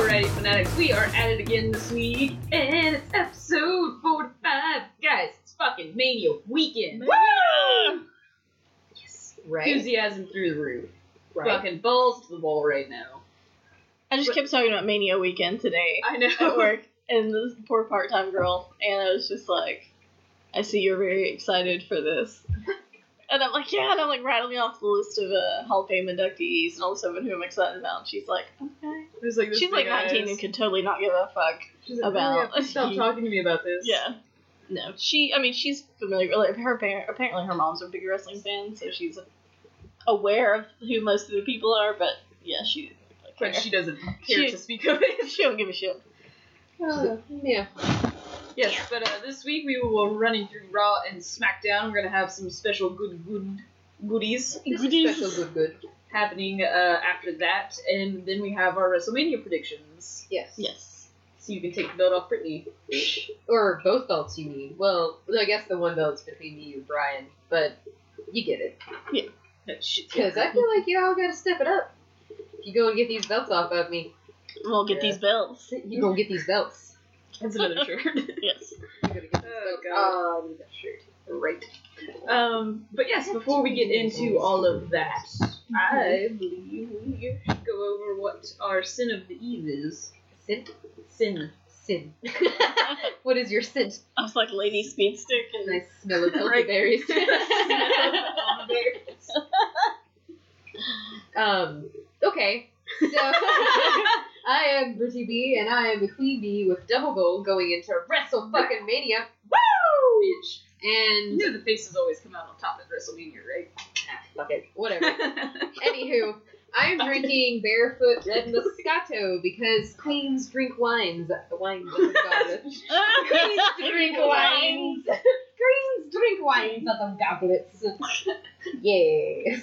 Aesthetics. We are at it again this week, and it's episode 45. Guys, it's fucking Mania weekend. Woo! Yes. Right? Enthusiasm through the roof. Right. Fucking balls to the wall right now. I just kept talking about Mania Weekend today I at know. work, and this poor part-time girl, and I was just like, "I see you're very excited for this," and I'm like, "Yeah," and I'm like rattling off the list of uh, Hall of Fame inductees and all this stuff and who I'm excited about. And she's like, "Okay," There's like this she's like big eyes. 19 and could totally not give a fuck. She's like, about- "Hurry up, Stop talking to me about this. Yeah. No, she. I mean, she's familiar. Like her parent, apparently, her mom's a big wrestling fan, so she's aware of who most of the people are. But yeah, she. like, But she doesn't care She- to speak of it. she don't give a shit. Uh, yeah. Yes, but uh, this week we will be running through Raw and SmackDown. We're gonna have some special good good goodies Goodies. Special good good. happening uh, after that, and then we have our WrestleMania predictions. Yes. Yes. So you can take the belt off Brittany. Or both belts you need. Well, I guess the one belt's between me and Brian, but you get it. That shit- Because I feel like you all gotta step it up. If you go and get these belts off of me, We'll get Yeah. these belts. you gonna get these belts. That's another shirt. Yes. You're gonna get these Oh, belts. God. Oh, I need that shirt. right. Um, but yes, before we get into all of that, I believe we should go over what our sin of the eve is. Sin. Sin. Sin. what is your sin? I was like Lady Speed Stick and Nice smell of Right. elderberries. um, okay. So. I am Britty B, and I am the Queen Bee with double gold going into Wrestle fucking Mania. Woo! Bitch. You And know the faces always come out on top at WrestleMania, right? ah, fuck it, whatever. Anywho, I am drinking Barefoot Red Moscato because queens drink wines. Wines, oh God. queens drink wines. Queens drink wines, not them goblets. Yes,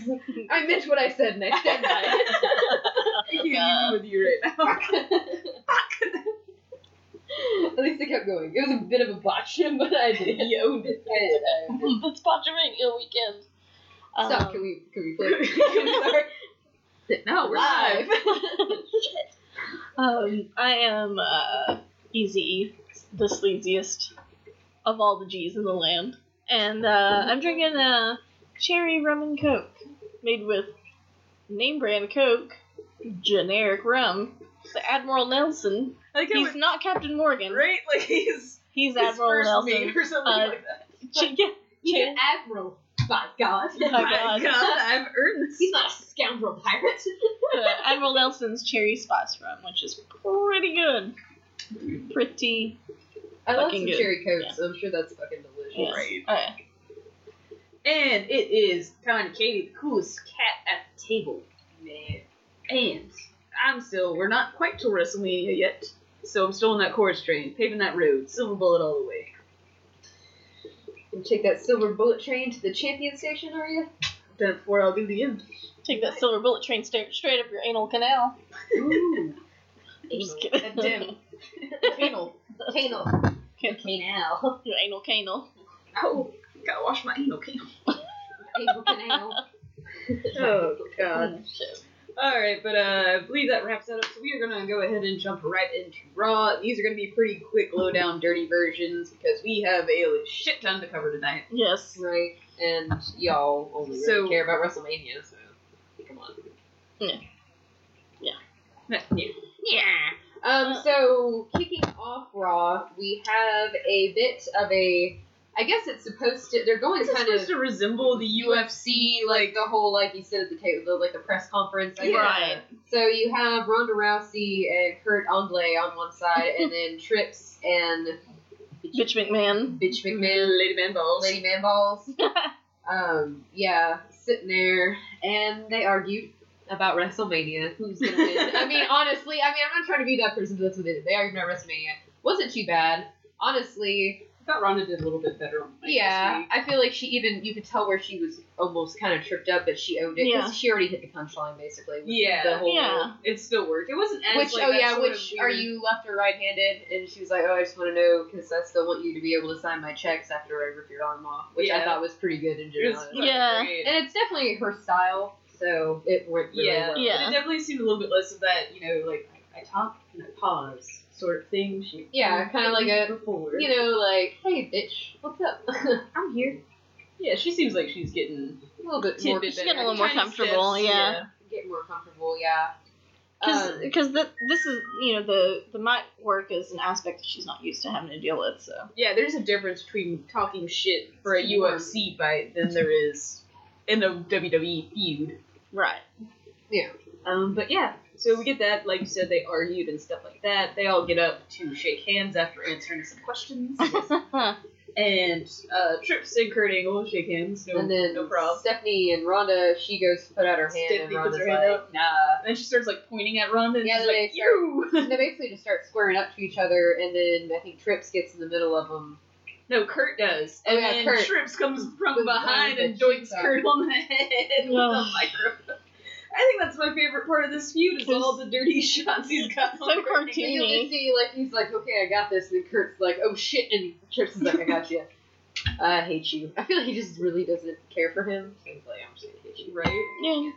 I meant what I said, and I stand by it. I can't even with you right now. At least I kept going. It was a bit of a botch, but I did. You owned it. I did. That's Podgermania weekend. Stop. Um, Can we? Can we play? No, we're live. Um, I am uh, Easy, the sleaziest of all the G's in the land, and uh, I'm drinking a cherry rum and coke made with name brand Coke, generic rum. It's Admiral Nelson. I think I He's went not Captain Morgan. right, like he's He's his Admiral first mate Nelson. or something Uh, like that. Ch- yeah, He's an admiral. By God. my God. I've earned this. He's not a scoundrel pirate. uh, Admiral Nelson's cherry spice rum, which is pretty good. Pretty. I love some Fucking good. cherry coke, so I'm sure that's fucking delicious. Yes. Right. Uh, And it is time to Katie, the coolest cat at the table. Man. And I'm still, we're not quite to WrestleMania yet, so I'm still on that chorus train, paving that road, silver bullet all the way. And take that silver bullet train to the champion station, are you? Done it before I'll do the end. take that silver bullet train straight straight up your anal canal. Ooh, I'm just kidding. a dim. Anal. Canal. Can- Canal. Your anal canal. Oh, gotta wash my anal canal. Anal canal. Oh, God. Mm, shit. All right, but uh, I believe that wraps that up. So we are gonna go ahead and jump right into Raw. These are gonna be pretty quick, low down, dirty versions because we have a shit ton to cover tonight. Yes. Right. And y'all only really So- care about WrestleMania, so come on. Yeah. Yeah. Uh, Um, so kicking off Raw, we have a bit of a. I guess it's supposed to. They're going It's kind supposed of to resemble the UFC. UFC, like the whole like you said at the table, the, like the press conference. I guess. Right. So you have Ronda Rousey and Kurt Angle on one side, and then Trips and Bitch McMahon. Bitch McMahon, Lady Man Balls. Lady Man Balls. um, yeah, sitting there, and they argued about WrestleMania. Who's gonna win? I mean, honestly, I mean, I'm not trying to be that person, but that's what they did. They argued about WrestleMania. Wasn't too bad, honestly. I thought Ronda did a little bit better on the mic this Yeah, week. I feel like she even you could tell where she was almost kind of tripped up, but she owned it because Yeah. she already hit the punchline basically. with Yeah. the whole, Yeah. It still worked. It wasn't as Which like, oh that yeah, sort which of are weird- you left or right-handed? And she was like, oh, I just want to know because I still want you to be able to sign my checks after I rip your arm off, which I Yeah. thought was pretty good in It was general. fucking Yeah. great. And it's definitely her style, so it worked really yeah, well. Yeah. But it definitely seemed a little bit less of that, you know, like I, I talk and I pause, sort of thing. She Yeah, kinda like a- forward. You know, like, hey, bitch, what's up? a I'm here. Yeah, she seems like she's getting little bit more. Tidbit She's bit getting a little more Tiny comfortable, steps, yeah. Get more comfortable, yeah. Because Um, Uh, this is, you know, the, the mutt work is an aspect that she's not used to having to deal with, so. Yeah, there's a difference between talking shit for a Sure. UFC fight than there is in a WWE feud. Right. Um, but yeah, so we get that. Like you said, they argued and stuff like that. They all get up to shake hands after answering some questions. and uh, Trips and Kurt Angle "Oh, shake hands. No, and then no problem. Stephanie and Rhonda, she goes to put out her hand, Stephanie and puts Rhonda's her hand like, up. nah. And she starts like pointing at Ronda. And Yeah, she's they like, start- you. And they basically just start squaring up to each other, and then I think Trips gets in the middle of them. no, Kurt does. Oh, And yeah, then Kurt. Trips comes from With behind the and doinks cheeks Kurt on the head with Ugh. a microphone. I think that's my favorite part of this feud is It's- all the dirty shots he's got. So on Kurt Angle. cartoony. And you'll just see, like, he's like, okay, I got this, and then Kurt's like, oh shit, and Trips is like, I got you. I hate you. I feel like he just really doesn't care for him. So he's like, I'm just gonna hit you. Right? yeah.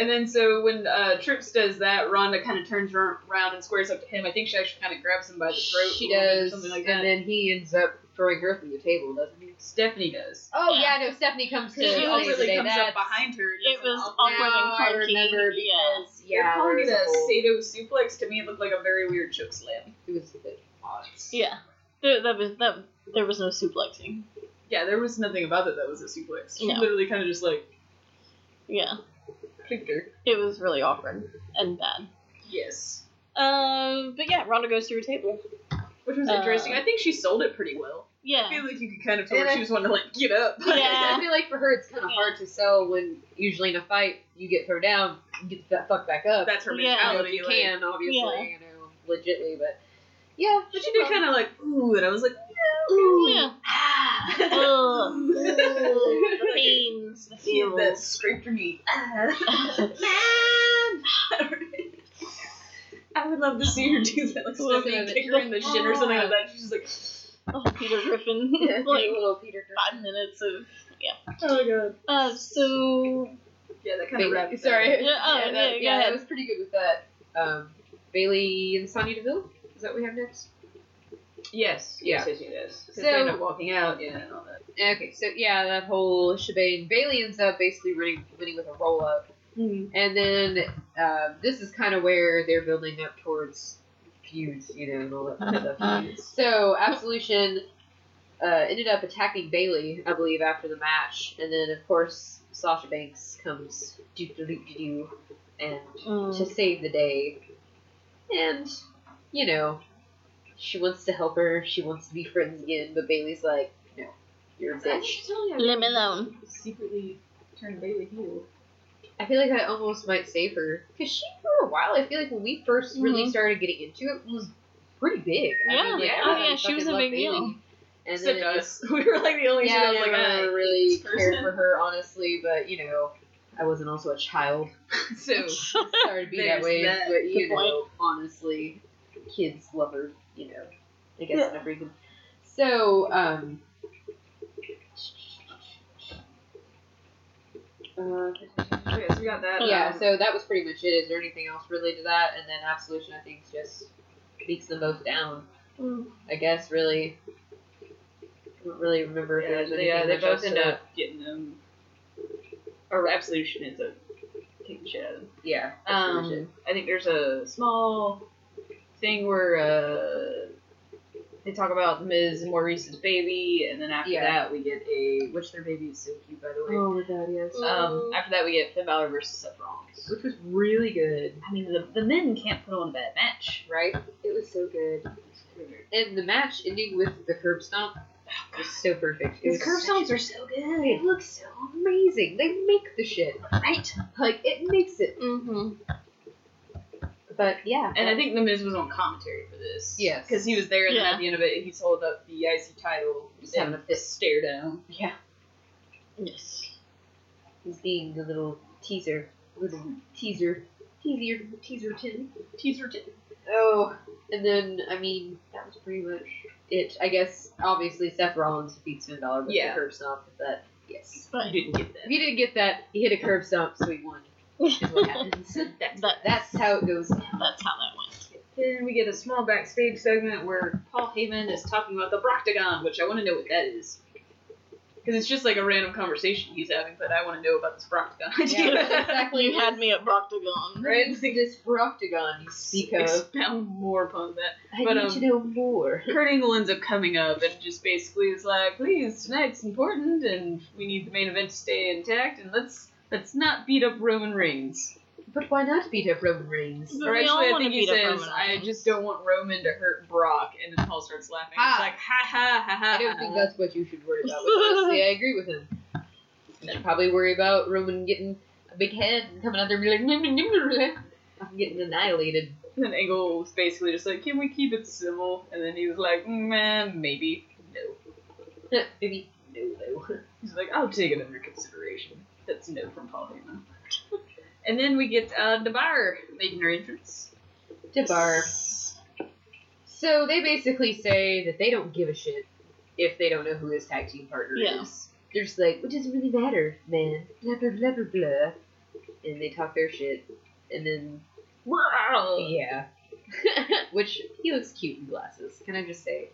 And then so when uh, Trips does that, Rhonda kind of turns ar- around and squares up to him. I think she actually kind of grabs him by the throat. She a little bit, does, something like and that. then he ends up throwing her through the table, doesn't he? Stephanie does. Oh Yeah. yeah, no. Stephanie comes to She Yeah, awkwardly today. comes That's- up behind her. and It does an was awkward- awkward Now I and remember clunky. Yeah. because, They're yeah, calling it there a was a whole- Sato suplex. To me, it looked like a very weird choke slam. It was a bit odd. Yeah. There, that was, that, there was no suplexing. Yeah, there was nothing about it that was a suplex. She No. literally kind of just like Yeah. kicked her. It was really awkward and bad. Yes. Um, but yeah, Rhonda goes through a table. Which was Uh, interesting. I think she sold it pretty well. I Yeah. feel like you could kind of tell And her I- she was wanting to like get up. Yeah. I feel like for her, it's kind of hard to sell when usually in a fight you get thrown down, you get the fuck back up. That's her Yeah. I know mentality. Oh, you like- can obviously, Yeah. you know, legitly, but yeah, But she did kind of like ooh, and I was like, Ooh. Yeah. ah. Ugh. Ooh. The pains, the Feel that feels. scraped your knee. I would love to see her do that. Like, Look Stephanie at it. kick her in the shin or something like that. She's just like, Oh, Peter Griffin. Yeah, like little Peter. five minutes of. oh my god. Uh, so Yeah, that kind of Bailey. wrapped Sorry. That. up. Yeah, oh, yeah, yeah, that, go yeah, ahead. that was pretty good with that. Um, Bailey and Sonya Deville. Is that what we have next? Yes. Yeah. Yes, yes, yes. So, So- they end up walking out, yeah, and all that. Okay, so yeah, that whole shebang. Bailey ends up basically winning, winning with a roll up. And then uh, this is kind of where they're building up towards feuds, you know, and all that kind of stuff. So Absolution uh, ended up attacking Bailey, I believe, after the match, and then of course Sasha Banks comes do do do do do, and to save the day, and you know, she wants to help her, she wants to be friends again, but Bailey's like, no, you're a bitch. leave me alone. Secretly turned Bailey heel. I feel like that almost might save her because she for a while. I feel like when we 1st really started getting into it, was pretty big. I Mm-hmm. Yeah. mean, like, Yeah. I Oh, yeah, she fucking was a love big deal. Bailey. And then Except it just- us. We were like the only yeah, two I that never like, really this cared person. for her honestly, but you know, I wasn't also a child, ah. So, sorry to be that There's way. that. But you Good point. know, honestly, kids love her. You know, I guess yeah. every reason. So, um. Uh, okay, so we got that. yeah, Um, so that was pretty much it. Is there anything else related to that? And then Absolution, I think, just beats them both down. Mm. I guess really. I don't really remember if Yeah, there was anything. they, uh, they much else both end to- up getting them. Or Absolution ends up taking the shit out of them. Yeah. Um, I think there's a small thing where uh, they talk about Ms. Maurice's baby, and then after Yeah. that we get a which their baby is so cute by the way. my god, yes. Um, after that we get Finn Balor versus Seth Rollins. Oh. Which was really good, I mean the, the men can't put on a bad match. right? It was so good. And the match ending with the curb stomp oh, was so perfect. It These was curb such- stomps are so It good, looks so amazing. They make the shit. right? Like, it makes it. Mm-hmm. But yeah. And I think the Miz was on commentary for this. Yes. Because he was there, and then Yeah. at the end of it, he held up the IC title Just having and a fit. stare down. Yeah. Yes. He's being the little teaser, little teaser, teaser, teaser tin. Teaser t- Oh, and then I mean that was pretty much it. I guess obviously Seth Rollins defeats Finn Balor with Yeah. the curb stomp. But that yes, I didn't get if that. he didn't get that, he hit a curb stomp, so he won. Is what happens. That's That, That's how it goes. down. that's how that went. Then we get a small backstage segment where Paul Heyman is talking about the Broctagon, which I want to know what that is. Because it's just like a random conversation he's having, but I want to know about this Broctagon idea. Yeah, exactly. You had me at Broctagon. Right? It's this Broctagon you speak of. Expound more upon that. I But, need um, to know more. Kurt Angle ends up coming up and just basically is like, please, tonight's important and we need the main event to stay intact and let's let's not beat up Roman Reigns. But why not beat up Roman Reigns? But or we all actually I wanna think he beat up says, Roman I Reigns." just don't want Roman to hurt Brock and then Paul starts laughing. It's Ah. like ha ha ha ha. I don't think that's what you should worry about with this. Yeah, I agree with him. You should probably worry about Roman getting a big head and coming out there and be like, "Nim, nim, nim, nim." I'm getting annihilated. And then Angle was basically just like, Can we keep it civil? And then he was like, Meh, maybe. No. Maybe no though. He's like, I'll take it under consideration. That's a no from Paul Heyman. and then we get uh Debar making her entrance. Jabbar. So they basically say that they don't give a shit if they don't know who his tag team partner Yeah. is. They're just like, it doesn't really matter, man. Blah blah blah blah blah. And they talk their shit. And then Wow. yeah. Which he looks cute in glasses, can I just say?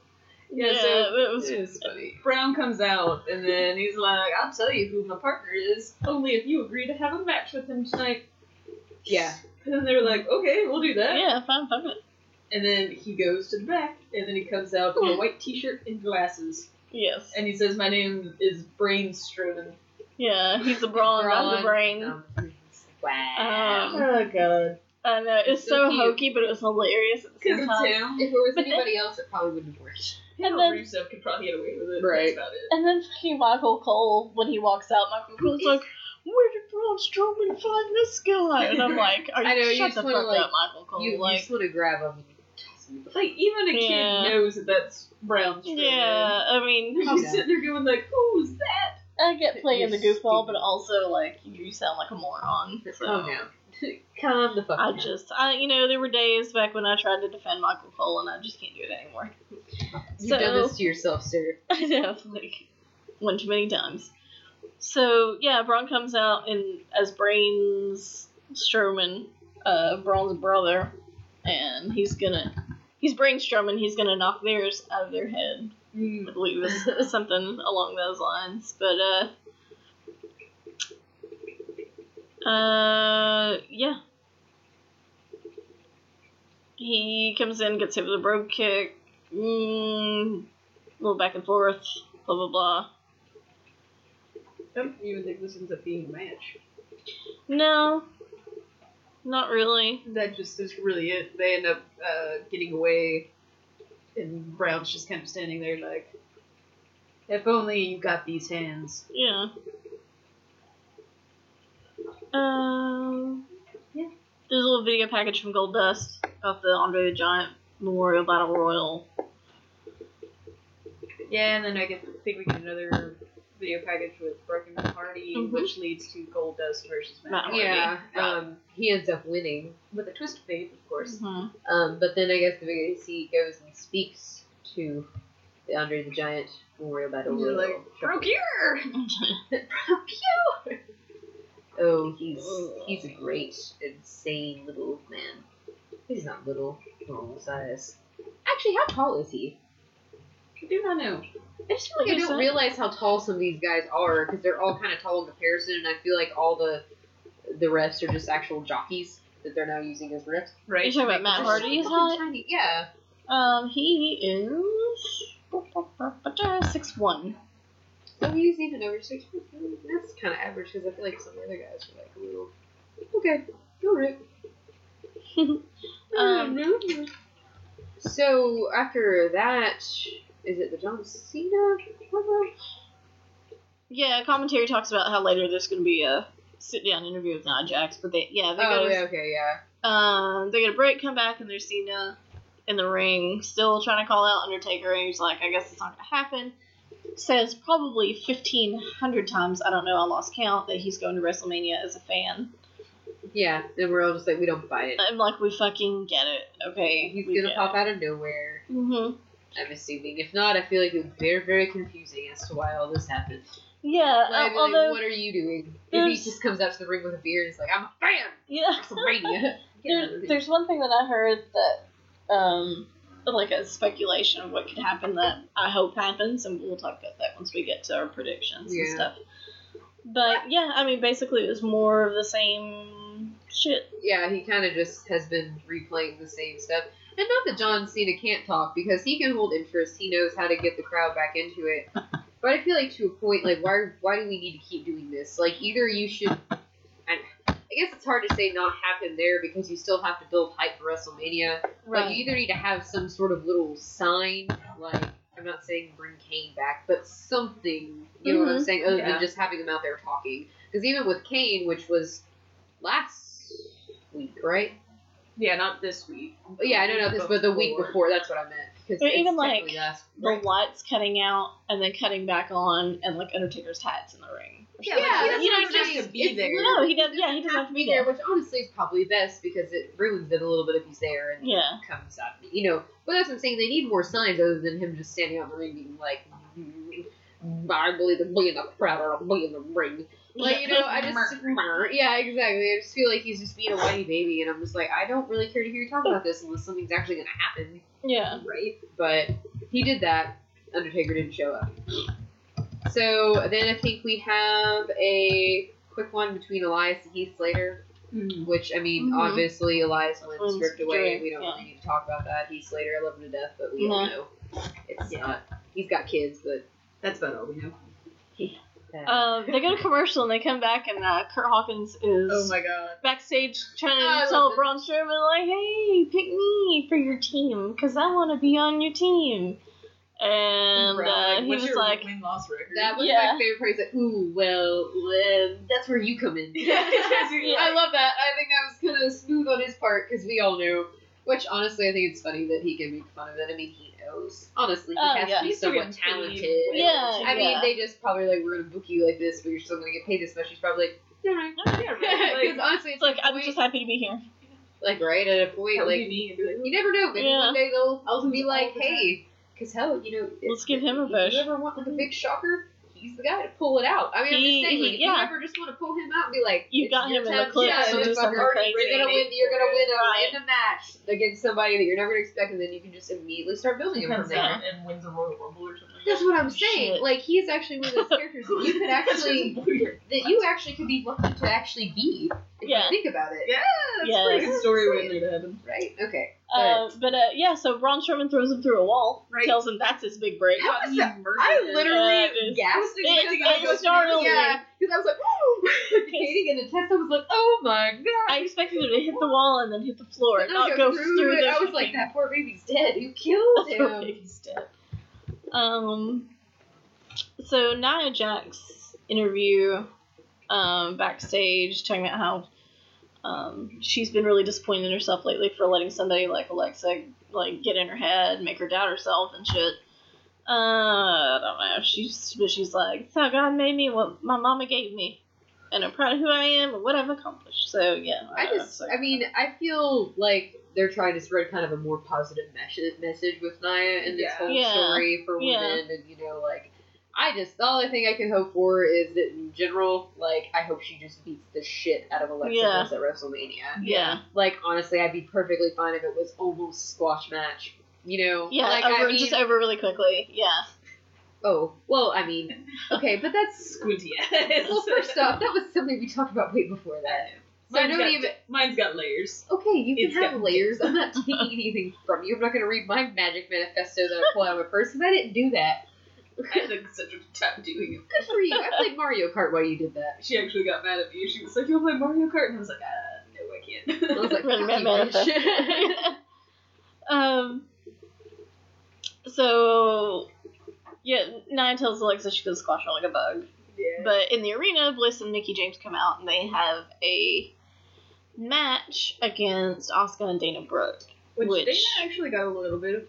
Yeah, Yeah, so that was It is funny. Brown comes out, and then he's like, I'll tell you who my partner is, only if you agree to have a match with him tonight. Yeah. And then they're like, okay, we'll do that. yeah, fine, fuck it. And then he goes to the back, and then he comes out in a white t shirt and glasses. Yes. And he says, My name is Brain Strowman. Yeah, he's a brawn, I'm the brain. Um, wow. Um, Oh, God. I know it's It's so so, cute. hokey, but it was hilarious at the Because same it's time. him. if it was but anybody else, it probably wouldn't have worked. And And then then- Rusev could probably get away with it. Right. That's about it. And then fucking Michael Cole, when he walks out, Michael Cole's like, "Where did Braun Strowman find this guy?" And I'm like, Are you, I know, you "Shut just the fuck wanna, like, up, Michael Cole!" You, you Oh, like, just want to grab him and toss him. Like, even a kid Yeah. knows that that's Brown Strowman. yeah. I mean, He's sitting there going, like, Who's that? I get playing the You're goofball, but stupid. also like, you sound like a moron. So. Oh no. Calm the fuck I down. just, I you know, there were days back when I tried to defend Michael Cole, and I just can't do it anymore. You've so- done this to yourself, sir. I know, like one too many times. So yeah, Braun comes out in as Brains Strowman, uh, Braun's brother, and he's gonna he's Brain Strowman. He's gonna knock theirs out of their head. I believe is something along those lines. But uh, uh, yeah. He comes in, gets hit with a brogue kick. Mm, little back and forth, blah blah blah. I don't even think this ends up being a match. No, not really. that just is really it. They end up uh, getting away, and Brown's just kind of standing there like, if only you got these hands. Yeah. Um. Yeah. There's a little video package from Gold Dust about the Andre the Giant Memorial Battle Royal. Yeah, and then I guess I think we get another video package with Brooke and Hardy, Mhm. which leads to Gold Dust versus Matt Matt Hardy. Yeah. Um, He ends up winning. with a twist of fate, of course. Um, but then I guess the big he goes and speaks to the Andre the Giant Memorial Battle And you're Royal. like, Procure! Oh, he's he's a great, insane little man. He's not little, normal size. Actually, how tall is he? I do not know. I just feel like I Who's don't that? realize how tall some of these guys are because they're all kind of tall in comparison, and I feel like all the the refs are just actual jockeys that they're now using as refs. Are you Right? talking about Matt They're Hardy is so hot? fucking tiny. Yeah. Um, he is six one. So he's even over six foot. three. "Oh, That's kind of average because I feel like some of the other guys are like a little. Okay, go Rick. Um, So after that, is it the John Cena? promo? Yeah, commentary talks about how later there's going to be a sit down interview with Nia Jax, but they yeah they Oh, go to yeah, okay, yeah. um they get a break, come back, and there's Cena in the ring still trying to call out Undertaker, and he's like, I guess it's not going to happen. Says probably fifteen hundred times, I don't know, I lost count that he's going to WrestleMania as a fan. Yeah, and we're all just like, we don't buy it. I'm like, we fucking get it, okay? He's gonna pop out of nowhere. Mm-hmm. I'm assuming. If not, I feel like it's very, very confusing as to why all this happened. Yeah, Like, uh, like, although what are you doing? If he there's- just comes out to the ring with a beer and is like, I'm a fan yeah. of WrestleMania. There, there's one thing that I heard that um, like a speculation of what could happen that I hope happens, and we'll talk about that once we get to our predictions Yeah. and stuff. But yeah, I mean, basically, it was more of the same shit. Yeah, he kind of just has been replaying the same stuff. And not that John Cena can't talk because he can hold interest. He knows how to get the crowd back into it. But I feel like to a point, like why why do we need to keep doing this? Like either you should. I I guess it's hard to say not have him there because you still have to build hype for WrestleMania. But you either need to have some sort of little sign, like I'm not saying bring Kane back, but something. You know what I'm Mhm. saying? Other Yeah. than just having him out there talking, because even with Kane, which was last week, right? Yeah, not this week. But yeah, I don't know this, but the week before. That's what I meant. Because Or even, like, last, the right? lights cutting out and then cutting back on, and like Undertaker's hat's in the ring. Yeah, Yeah, like, he that's doesn't what even I'm have saying. to be It's there. literally- No, he does. Yeah, he doesn't have to be there. which honestly is probably best because it ruins it a little bit if he's there and Yeah, comes up. You know, but that's what I'm saying. They need more signs other than him just standing out in the ring being like, "Mm, "I believe the boy in the crowd or a boy in the ring." Like you know, I just yeah, exactly. I just feel like he's just being a whiny baby, and I'm just like, I don't really care to hear you talk about this unless something's actually gonna happen, yeah. right? But he did that. Undertaker didn't show up. So then I think we have a quick one between Elias and Heath Slater. Mm. Which I mean, Mhm. obviously Elias went Wins stripped away. Drake, We don't yeah. really need to talk about that. He's Slater. I love him to death, but we all Mhm. know it's Yeah. not. He's got kids, but That's about all we know. Um, they go to commercial and they come back, and uh, Kurt Hawkins is Oh my god. backstage trying Oh, I to love tell this. Braun Strowman like, "Hey, pick me for your team because I want to be on your team." And Bro, uh, he what's was your like, win loss record. that was Yeah. my favorite phrase. Like, ooh, well, well, that's where you come in. I love that. I think that was kind of smooth on his part because we all knew. Which honestly, I think it's funny that he can make fun of it. I mean, he knows. Honestly, he Oh, has yeah. to be He's somewhat freaking talented. Yeah, I mean, yeah. they just probably like we're gonna book you like this, but you're still gonna get paid this much. He's probably like, all right. yeah, Because honestly, "It's it's like like I'm just happy to be here." like right at a point That would like be me and be like, You never know. Maybe Yeah. one day they'll I'll be do like, all the time. hey, because hell, you know, if- Let's give him a if push. Mm-hmm. You ever want like a big shocker? He's the guy to pull it out. I mean, I'm He- just saying, like, he- if yeah. you ever just want to pull him out and be like, You it's got your him in time the clip, to so shine, do something motherfucker. crazy. You're gonna win. You're gonna win a Right. random match against somebody that you're never gonna expect, and then you can just immediately start building he him from comes there. out and wins a Royal Rumble or something. That's what I'm saying. Shit. Like he's actually one of those characters that you could actually, that you actually could be lucky to actually be if Yeah. you think about it. Yeah, that's Yeah. pretty good story waiting to happen. Right? Okay. Uh, but uh, yeah, so Braun Strowman throws him through a wall, Right. tells him that's his big break. How was that? murdered I him. Yeah, literally it is. gasped It- expecting it I was startled me. Yeah, because I was like, oh, Katie and the test. I was like, oh my god. I expected him to hit the wall and then hit the floor, And and I not go go through through it. the. I was like, freaking- that poor baby's dead. Who killed That's her him? biggest step. Um, so Nia Jax interview um, backstage talking about how um, she's been really disappointed in herself lately for letting somebody like Alexa like get in her head, make her doubt herself and shit. Uh, I don't know. She's but she's like, "It's how God made me, what my mama gave me, and I'm proud of who I am and what I've accomplished." So yeah, I don't know. just, It's like- I mean, I feel like they're trying to spread kind of a more positive mes- message with Naya and this Yeah. whole Yeah. story for Yeah. women, and you know, like. I just the only thing I can hope for is that in general, like I hope she just beats the shit out of Alexa Yeah. Bliss at WrestleMania. yeah, Like honestly, I'd be perfectly fine if it was almost squash match. You know, yeah, Like over I mean, just over really quickly, yeah. Oh, well, I mean, okay, but that's. squinty eyes. Well, first off, that was something we talked about way before that. So I Mine's don't got- even. Mine's got layers. Okay, you can It's have got- layers. I'm not taking anything from you. I'm not going to read my magic manifesto that I pull out of my purse because I didn't do that. I had like, such a good time doing it. Good for you. I played Mario Kart while you did that. She actually got mad at me. She was like, "You'll play Mario Kart," and I was like, uh, "No, I can't." I was like, Really "Fuck you, bad bitch." um. So, yeah, Nia tells Alexa she goes squash her like a bug. yeah. But in the arena, Bliss and Mickey James come out and they have a match against Oscar and Dana Brooke. which, which- Dana actually got a little bit of,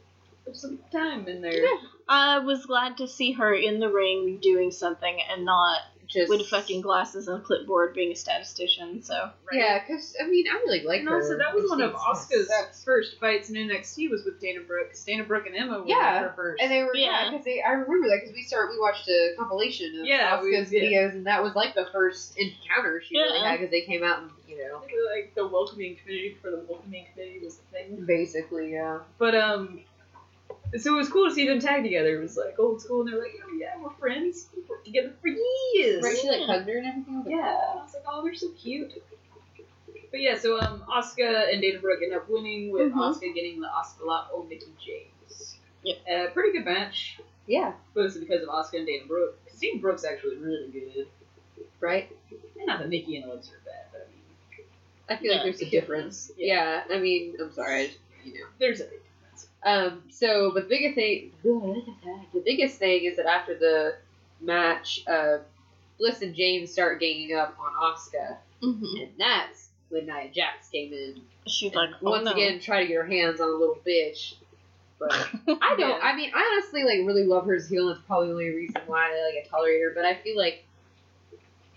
of some time in there. I was glad to see her in the ring doing something and not just with fucking glasses and a clipboard being a statistician, so. yeah. Because I mean, I really like And her. also, that was I've one seen of some Oscar's stuff. first fights in NXT was with Dana Brooke. 'cause Dana Brooke and Emma were Yeah, her first. And they were yeah, Yeah. because they I remember that because we start we watched a compilation of Yeah, we- Asuka's yeah. videos and that was like the first encounter she really Yeah. had because they came out and you know They were, like the welcoming committee for the welcoming committee was the thing. basically uh, yeah But um, so it was cool to see them tag together. It was like old school, and they're like, oh yeah, we're friends. We've worked together for years. right she like Yeah. hugged her and everything I was like, Yeah. I was like, oh, they're so cute. But yeah, so um, Oscar and Dana Brooke end up winning with Mm-hmm. Mhm. Oscar getting the Oscar lot old Mickey James. Yep. Uh, pretty good match, yeah mostly because of Oscar and Dana Brooke. Steve Brooke's actually really good. right And not that Mickey and Alexa are bad, but I mean, I feel like Yeah. there's a difference yeah. Yeah. I mean I'm sorry I just, you know there's a big difference. Um, so the biggest thing, the biggest thing is that after the match, uh, Bliss and James start ganging up on Oscar, Mm-hmm. and that's when Nia Jax came in. She's and like, oh, once no. again, try to get her hands on a little bitch. But I don't. Yeah. I mean, I honestly like really love her as a heel. That's probably the only reason why like I tolerate her. But I feel like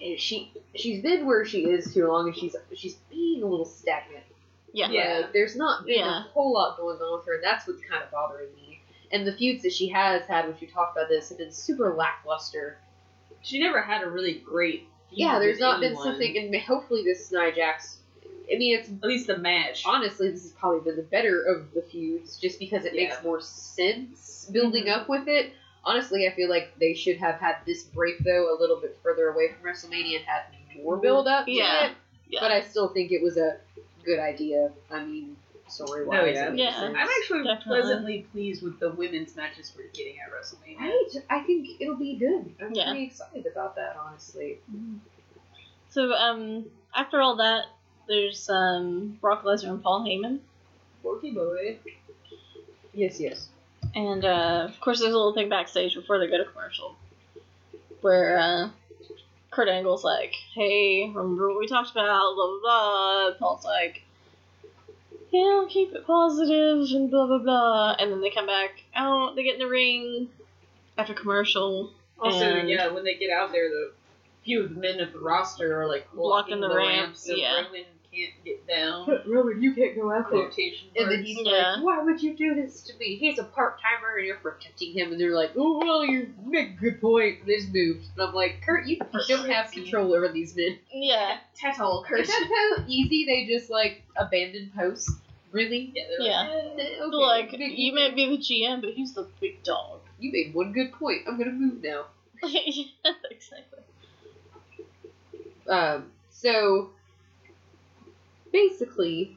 eh, she she's been where she is too long, and she's she's being a little stagnant. yeah. Yeah. Like, there's not been Yeah. a whole lot going on with her, and that's what's kind of bothering me. And the feuds that she has had, which we talked about this, have been super lackluster. She never had a really great. feud Yeah, there's with not been anyone. something, and hopefully this Nia Jax. I mean, it's At least the match. honestly this has probably been the better of the feuds, just because it Yeah. makes more sense building Mhm. up with it. Honestly, I feel like they should have had this break though a little bit further away from WrestleMania and had more Mm-hmm. build up. Yeah. to it. Yeah. but I still think it was a good idea. I mean, story wise, Oh, yeah. Yeah. I'm actually Definitely. pleasantly pleased with the women's matches we're getting at WrestleMania. Right? I think it'll be good. I'm Yeah. pretty excited about that, honestly. So, um, after all that, there's um, Brock Lesnar and Paul Heyman. Porky boy. Yes, yes. And, uh, of course, there's a little thing backstage before they go to commercial where uh, Kurt Angle's like, hey, remember what we talked about, blah, blah, blah. And Paul's like, yeah, keep it positive and blah, blah, blah. And then they come back out, they get in the ring after commercial. Also, And- yeah, when they get out there, the few of the men of the roster are like Blocking the ramps, so yeah. Roman can't get down. Robert, you can't go out Quotation And then marks. he's Yeah. like, "Why would you do this to me? He's a part timer, and you're protecting him." And they're like, "Oh well, you make a good point." This moves, and I'm like, "Kurt, you don't have control over these men." Yeah. Tattle Is curse. that how easy they just like abandon posts? Really? Yeah, they're Yeah. like, eh. Okay, like, but you may be the GM, but he's the big dog. you made one good point. I'm gonna move now. yeah, exactly. Um, so basically,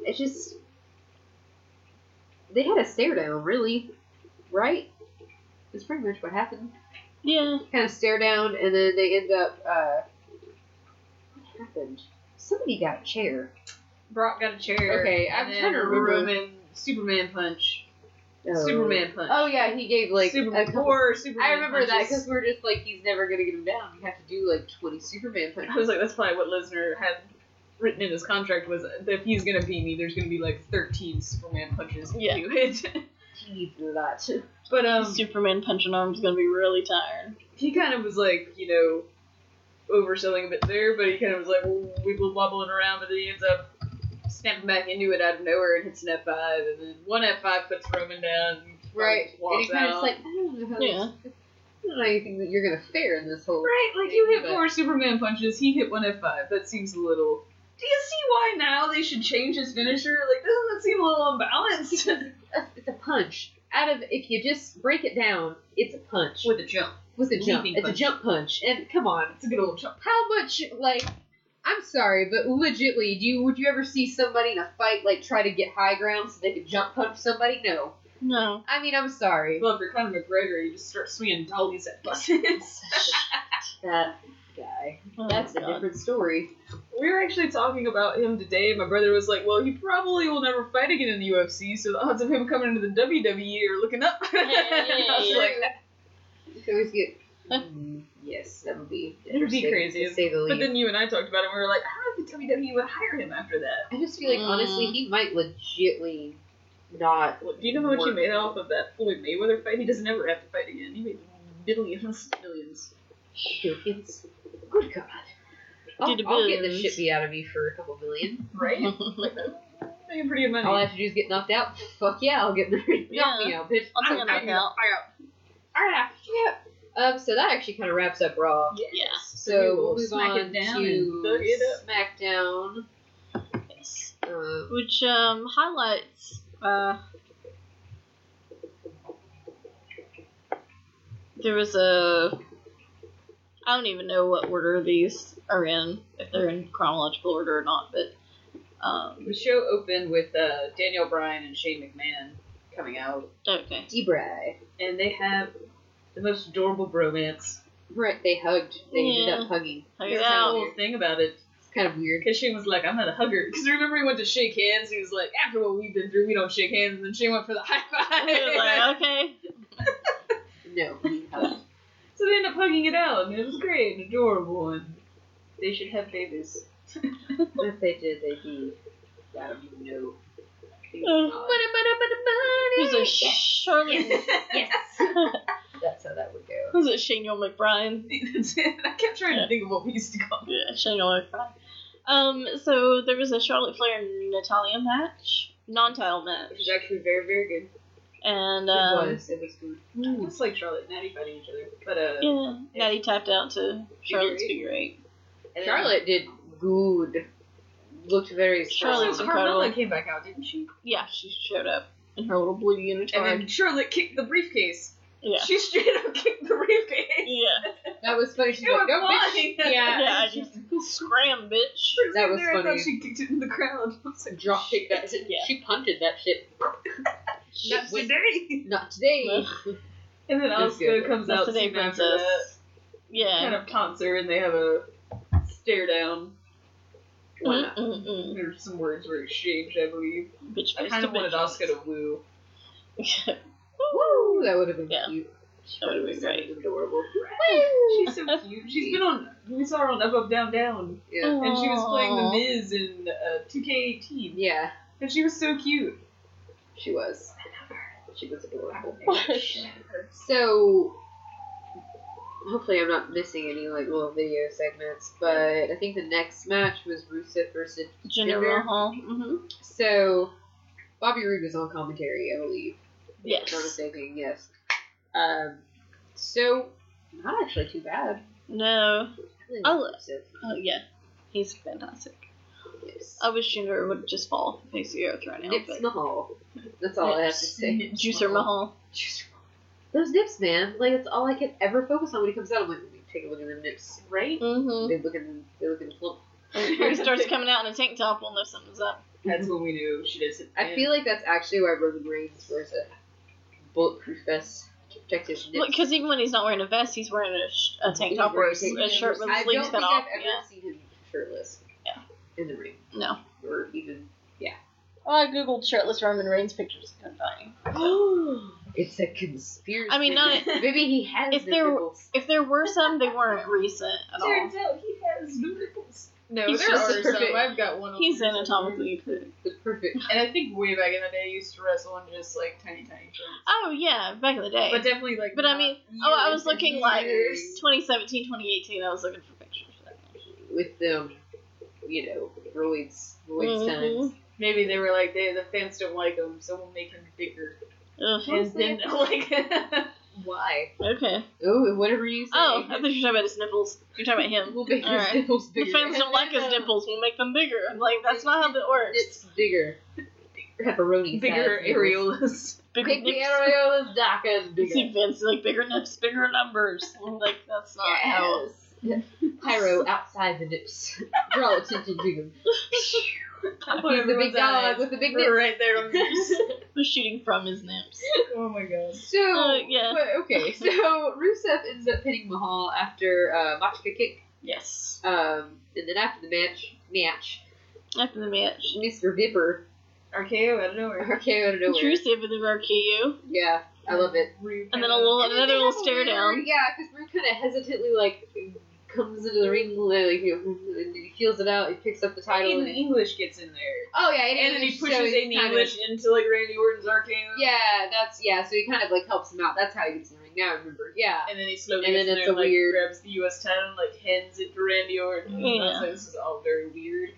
it's just they had a stare down, really, right? That's pretty much what happened. Yeah. Kind of stare down, and then they end up. Uh, what happened? Somebody got a chair. Brock got a chair. Okay, I'm and then trying to remember. Roman Superman punch. Superman punch. Oh yeah, he gave like Super, a couple. four Superman I remember that punches. because we're just like he's never gonna get him down. You have to do like twenty Superman punches. I was like, that's probably what Lesnar had written in his contract was that if he's gonna beat me, there's gonna be like 13 Superman punches to Yeah. do it. he needs that. but um, Superman punching arm's gonna be really tired. he kind of was like, you know, overselling a bit there, but he kind of was like wiggle wobbling around, but then he ends up snapping back into it out of nowhere and hits an F5, and then one F5 puts Roman down. and Right. And Walks you're kind of out. just like, I don't know how this- Yeah. I don't know anything that you're gonna fare in this whole. Right, like you hit But- four Superman punches, he hit one F5. That seems a little. Do you see why now they should change his finisher? Like, doesn't that seem a little unbalanced? It's- It's a punch. Out of if you just break it down, it's a punch with, With a jump. a jump. leaping It's punch. a jump punch. And come on, It's a good old jump. how much like? I'm sorry, but legitly, do you would you ever see somebody in a fight like try to get high ground so they could jump punch somebody? No. No. I mean, I'm sorry. Well, if you're Conor McGregor, you just start swinging dollies at buses. That guy. Oh, That's a God. different story. we were actually talking about him today. My brother was like, "Well, he probably will never fight again in the UFC, so the odds of him coming into the WWE are looking up." And I was like, You could always get. Mm, yes, that would be. It would be interesting, crazy. to say the least. but then you and I talked about it. and We were like, "I don't know if the WWE would hire him after that." I just feel like honestly Mm. he might legitly not. Well, do you know how much he made off of that Floyd Mayweather fight? He doesn't ever have to fight again. He made billions, millions. Shilkins. Good God. I'll, Did a I'll get the billions. shit beat out of me for a couple billion. Right? Making pretty good money. All I have to do is get knocked out. Fuck yeah, I'll get the knock me out, bitch. I'll take I'm a taking the knockout. fire out. Alright. Um, so that actually kind of wraps up Raw. Yes. So we'll move smack on it down and thug it to up. SmackDown. Yes. Um, Which um, highlights uh, there was a I don't even know what order these are in, if they're in chronological order or not, but um, The show opened with uh, Daniel Bryan and Shane McMahon coming out, okay. Debray. and they have the most adorable bromance. Right, they hugged. They ended Yeah. up hugging. There's Hugs a out. whole thing about it. It's kind of weird. Because Shane was like, I'm not a hugger. Because remember he went to shake hands. He was like, after what we've been through, we don't shake hands. And then Shane went for the high five. like, okay. No, he hugged. so they end up hugging it out, and it was great and adorable. And they should have babies. if they did, they'd be. I don't even know. Who's a Charlotte? Yes. That's how that would go. Was it Shane McBride? That's it. I kept trying to think of what we used to call it. Yeah, Shane McBride. Um, so there was a Charlotte Flair and Natalia match, non-title Which match, is actually very, very good. and it um, was. It was good. It's like Charlotte and Natty fighting each other. But, uh, Yeah, Natty tapped out to Charlotte's Figure figure eight. and then- Charlotte did good. Looked very strong. Charlotte's Also, incredible. Carmella came back out, didn't she? Yeah, she showed up in her little blue And uniform. then Charlotte kicked the briefcase. yeah. She straight up kicked the briefcase. Yeah. That was funny. She's You were like, no, bitch. blind. Yeah. Yeah, I just scram, bitch. For a That second was there, I funny. thought she kicked it in the crowd. I was like, Drop kicked that shit. Yeah. She punted that shit. Not Wait. today. Not today. And then That's good. Asuka comes That's out the day, soon after that. princess. Yeah. Kind of taunts her, and they have a stare down. Why Mm, not? mm, mm. There's some words were exchanged, I believe. Bitch I face kind to of wanted bitch Asuka face. to woo. Woo! That would have been Yeah. cute. That would have been great. Adorable. Woo! She's so cute. She's been on. We saw her on Up Up Down Down, Oh. Yeah. and she was playing the Aw. Miz in uh, 2K18, Yeah, and she was so cute. she was. She was adorable. What? So, hopefully, I'm not missing any like little video segments, but I think the next match was Rusev versus. General Hall. hmm So, Bobby Roode was on commentary, I believe. If I'm not Yes. mistaken, yes. Um, so not actually too bad. No. Really I'll- like Rusev. Oh yeah. He's fantastic. Yes. I wish Jinder would just fall face zero right now. Nips Mahal. That's all I have to say. But Juicer Mahal. Those nips, man. Like that's all I can ever focus on when he comes out. I'm like, let me take a look at the nips. Right? Mm-hmm. They look in, they look in plump. When he starts coming out in a tank top, we'll know something's up. That's when we knew she doesn't. I feel like that's actually why Roman Reigns wears a bulletproof vest to protect his nips. Because even when he's not wearing a vest, he's wearing a, sh- a tank top or a, s- a shirt with I don't sleeves think cut off. I've ever Yeah. seen him shirtless. Yeah. In the ring, No. or even I googled shirtless Roman Reigns pictures. and couldn't find any. it's a conspiracy. I mean, not- maybe he has. if the there- nipples. If there were some, they weren't recent at all. Turns out he has no nipples. No, He's there just are perfect. some. I've got one. on He's there somewhere. anatomically fit. the perfect. And I think way back in the day, I used to wrestle on just like tiny, tiny shorts. Oh yeah, back in the day. But definitely like. But I not mean, oh, I years was and looking like years. 2017, 2018. I was looking for pictures. with them, you know, Royd's Royd's Mhm. times. Maybe they were like, they, the fans don't like him, so we'll make him bigger. Ugh, And then like, Why? okay. Oh, whatever you say. Oh, I think you're talking about his nipples. You're talking about him. we'll make his Alright. nipples The bigger. fans don't like his nipples. We'll make them bigger. I'm like, that's not how that works. It's bigger. Pepperoni. bigger areolas. Bigger Big nips. areolas, dark and See, bigger. fans like bigger nips, bigger numbers. I'm like, that's not how. Yes. Pyro outside the nips. Draw attention to them. I He's the big dog with the big nips. right there on the They're shooting from his nips. Oh my gosh. So, Uh, yeah. but, okay, so Rusev ends up pinning Mahal after uh, Machka kick, Yes. um, and then after the match, match, After the match, Mr. Vipper RKO out of nowhere. RKO out of nowhere. intrusive with the RKU. Yeah, I love it. Rude And then a little And then another they little have a stare weird- down. Yeah, because we're kind of hesitantly like comes into the ring, like, you know, and he feels it out. He picks up the title. Aiden And, English gets in there. oh yeah, And then he so pushes he's Aiden kind of- English into like Randy Orton's arcana. yeah, that's yeah. So he kind of like helps him out. That's how he gets in the ring. Now I remember. Yeah. And then he slowly And gets then in it's there a and, like, weird- grabs the U.S. title and like hands it to Randy Orton. And I was Yeah. like, this is all very weird.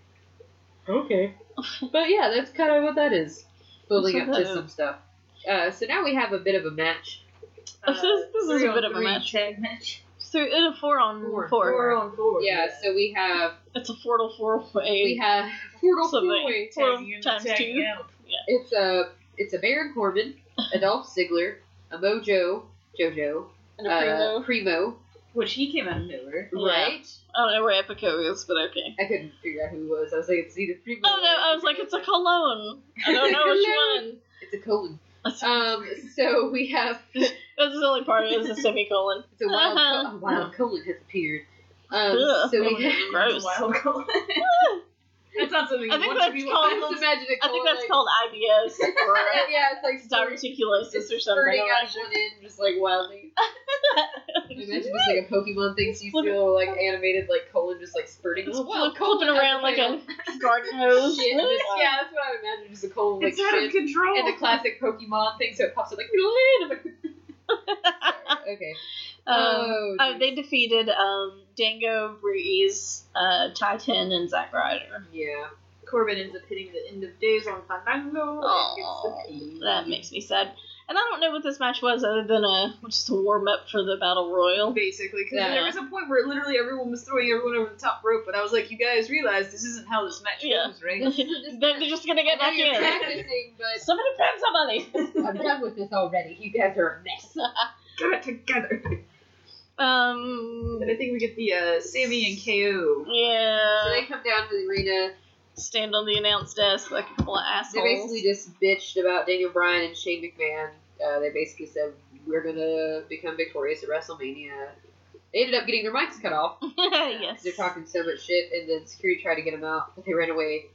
Okay. but yeah, that's kind of what that is. Building That's up what to that some stuff. Uh, so now we have a bit of a match. uh, This is- this is a three on bit of a three match. Tag match. So it's a four on four. Four on four. Yeah. So we have It's a four to four way. we have Portal So they- Boy. four Tagging in, times tagging two. out. It's a it's a Baron Corbin, Adolf Ziggler, a Mojo, Jojo, and a primo. uh, Primo, Which he came out of nowhere. Yeah. right? I don't know where Epico is, but okay. I couldn't figure out who it was. I was like, it's either Primo. Oh no, I was like, it's a cologne. I don't know which one. It's a colon. That's- Um, so we have That's the only part is a semicolon. it's a wild co- a wild colon has appeared. Um, Ugh. so we have. Colon. Gross. Wild colon. that's not something you I think want to that's be called- I wild. just imagine a I think colon, that's like- called IBS or yeah, it's like spurting- diverticulosis or something. I spurting don't out actually- one end, just like wildly. I imagine just like a Pokemon thing, so you feel like animated, like colon just like spurting. It's Wow, flip- colon flipping around like has a garden hose. shit. Just, yeah, that's what I would imagine. Just a cold like It's out of shit. control. And the classic Pokemon thing, so it pops up like. Sorry, okay. Um, oh, uh, they geez. defeated um, Dango, Breeze, uh, Titan, and Zack Ryder. Yeah. Corbin ends up hitting the end of days on Fandango. Aw, and gets the That makes me sad. And I don't know what this match was other than a just a warm up for the battle royal. basically because Yeah. there was a point where literally everyone was throwing everyone over the top rope, but I was like, you guys realize this isn't how this match Yeah. goes, right? This is They're they're just gonna get I back know you're in. practicing, Somebody grab somebody. but I'm done with this already. You guys are a mess. Get it together. Um, But I think we get the uh, Sammy and KO. yeah. So they come down to the arena. Stand on the announce desk like a couple of They assholes. basically just bitched about Daniel Bryan and Shane McMahon. Uh, they basically said we're gonna become victorious at WrestleMania. They ended up getting their mics cut off. yes. They're talking so much shit, and then security tried to get them out, but they ran away.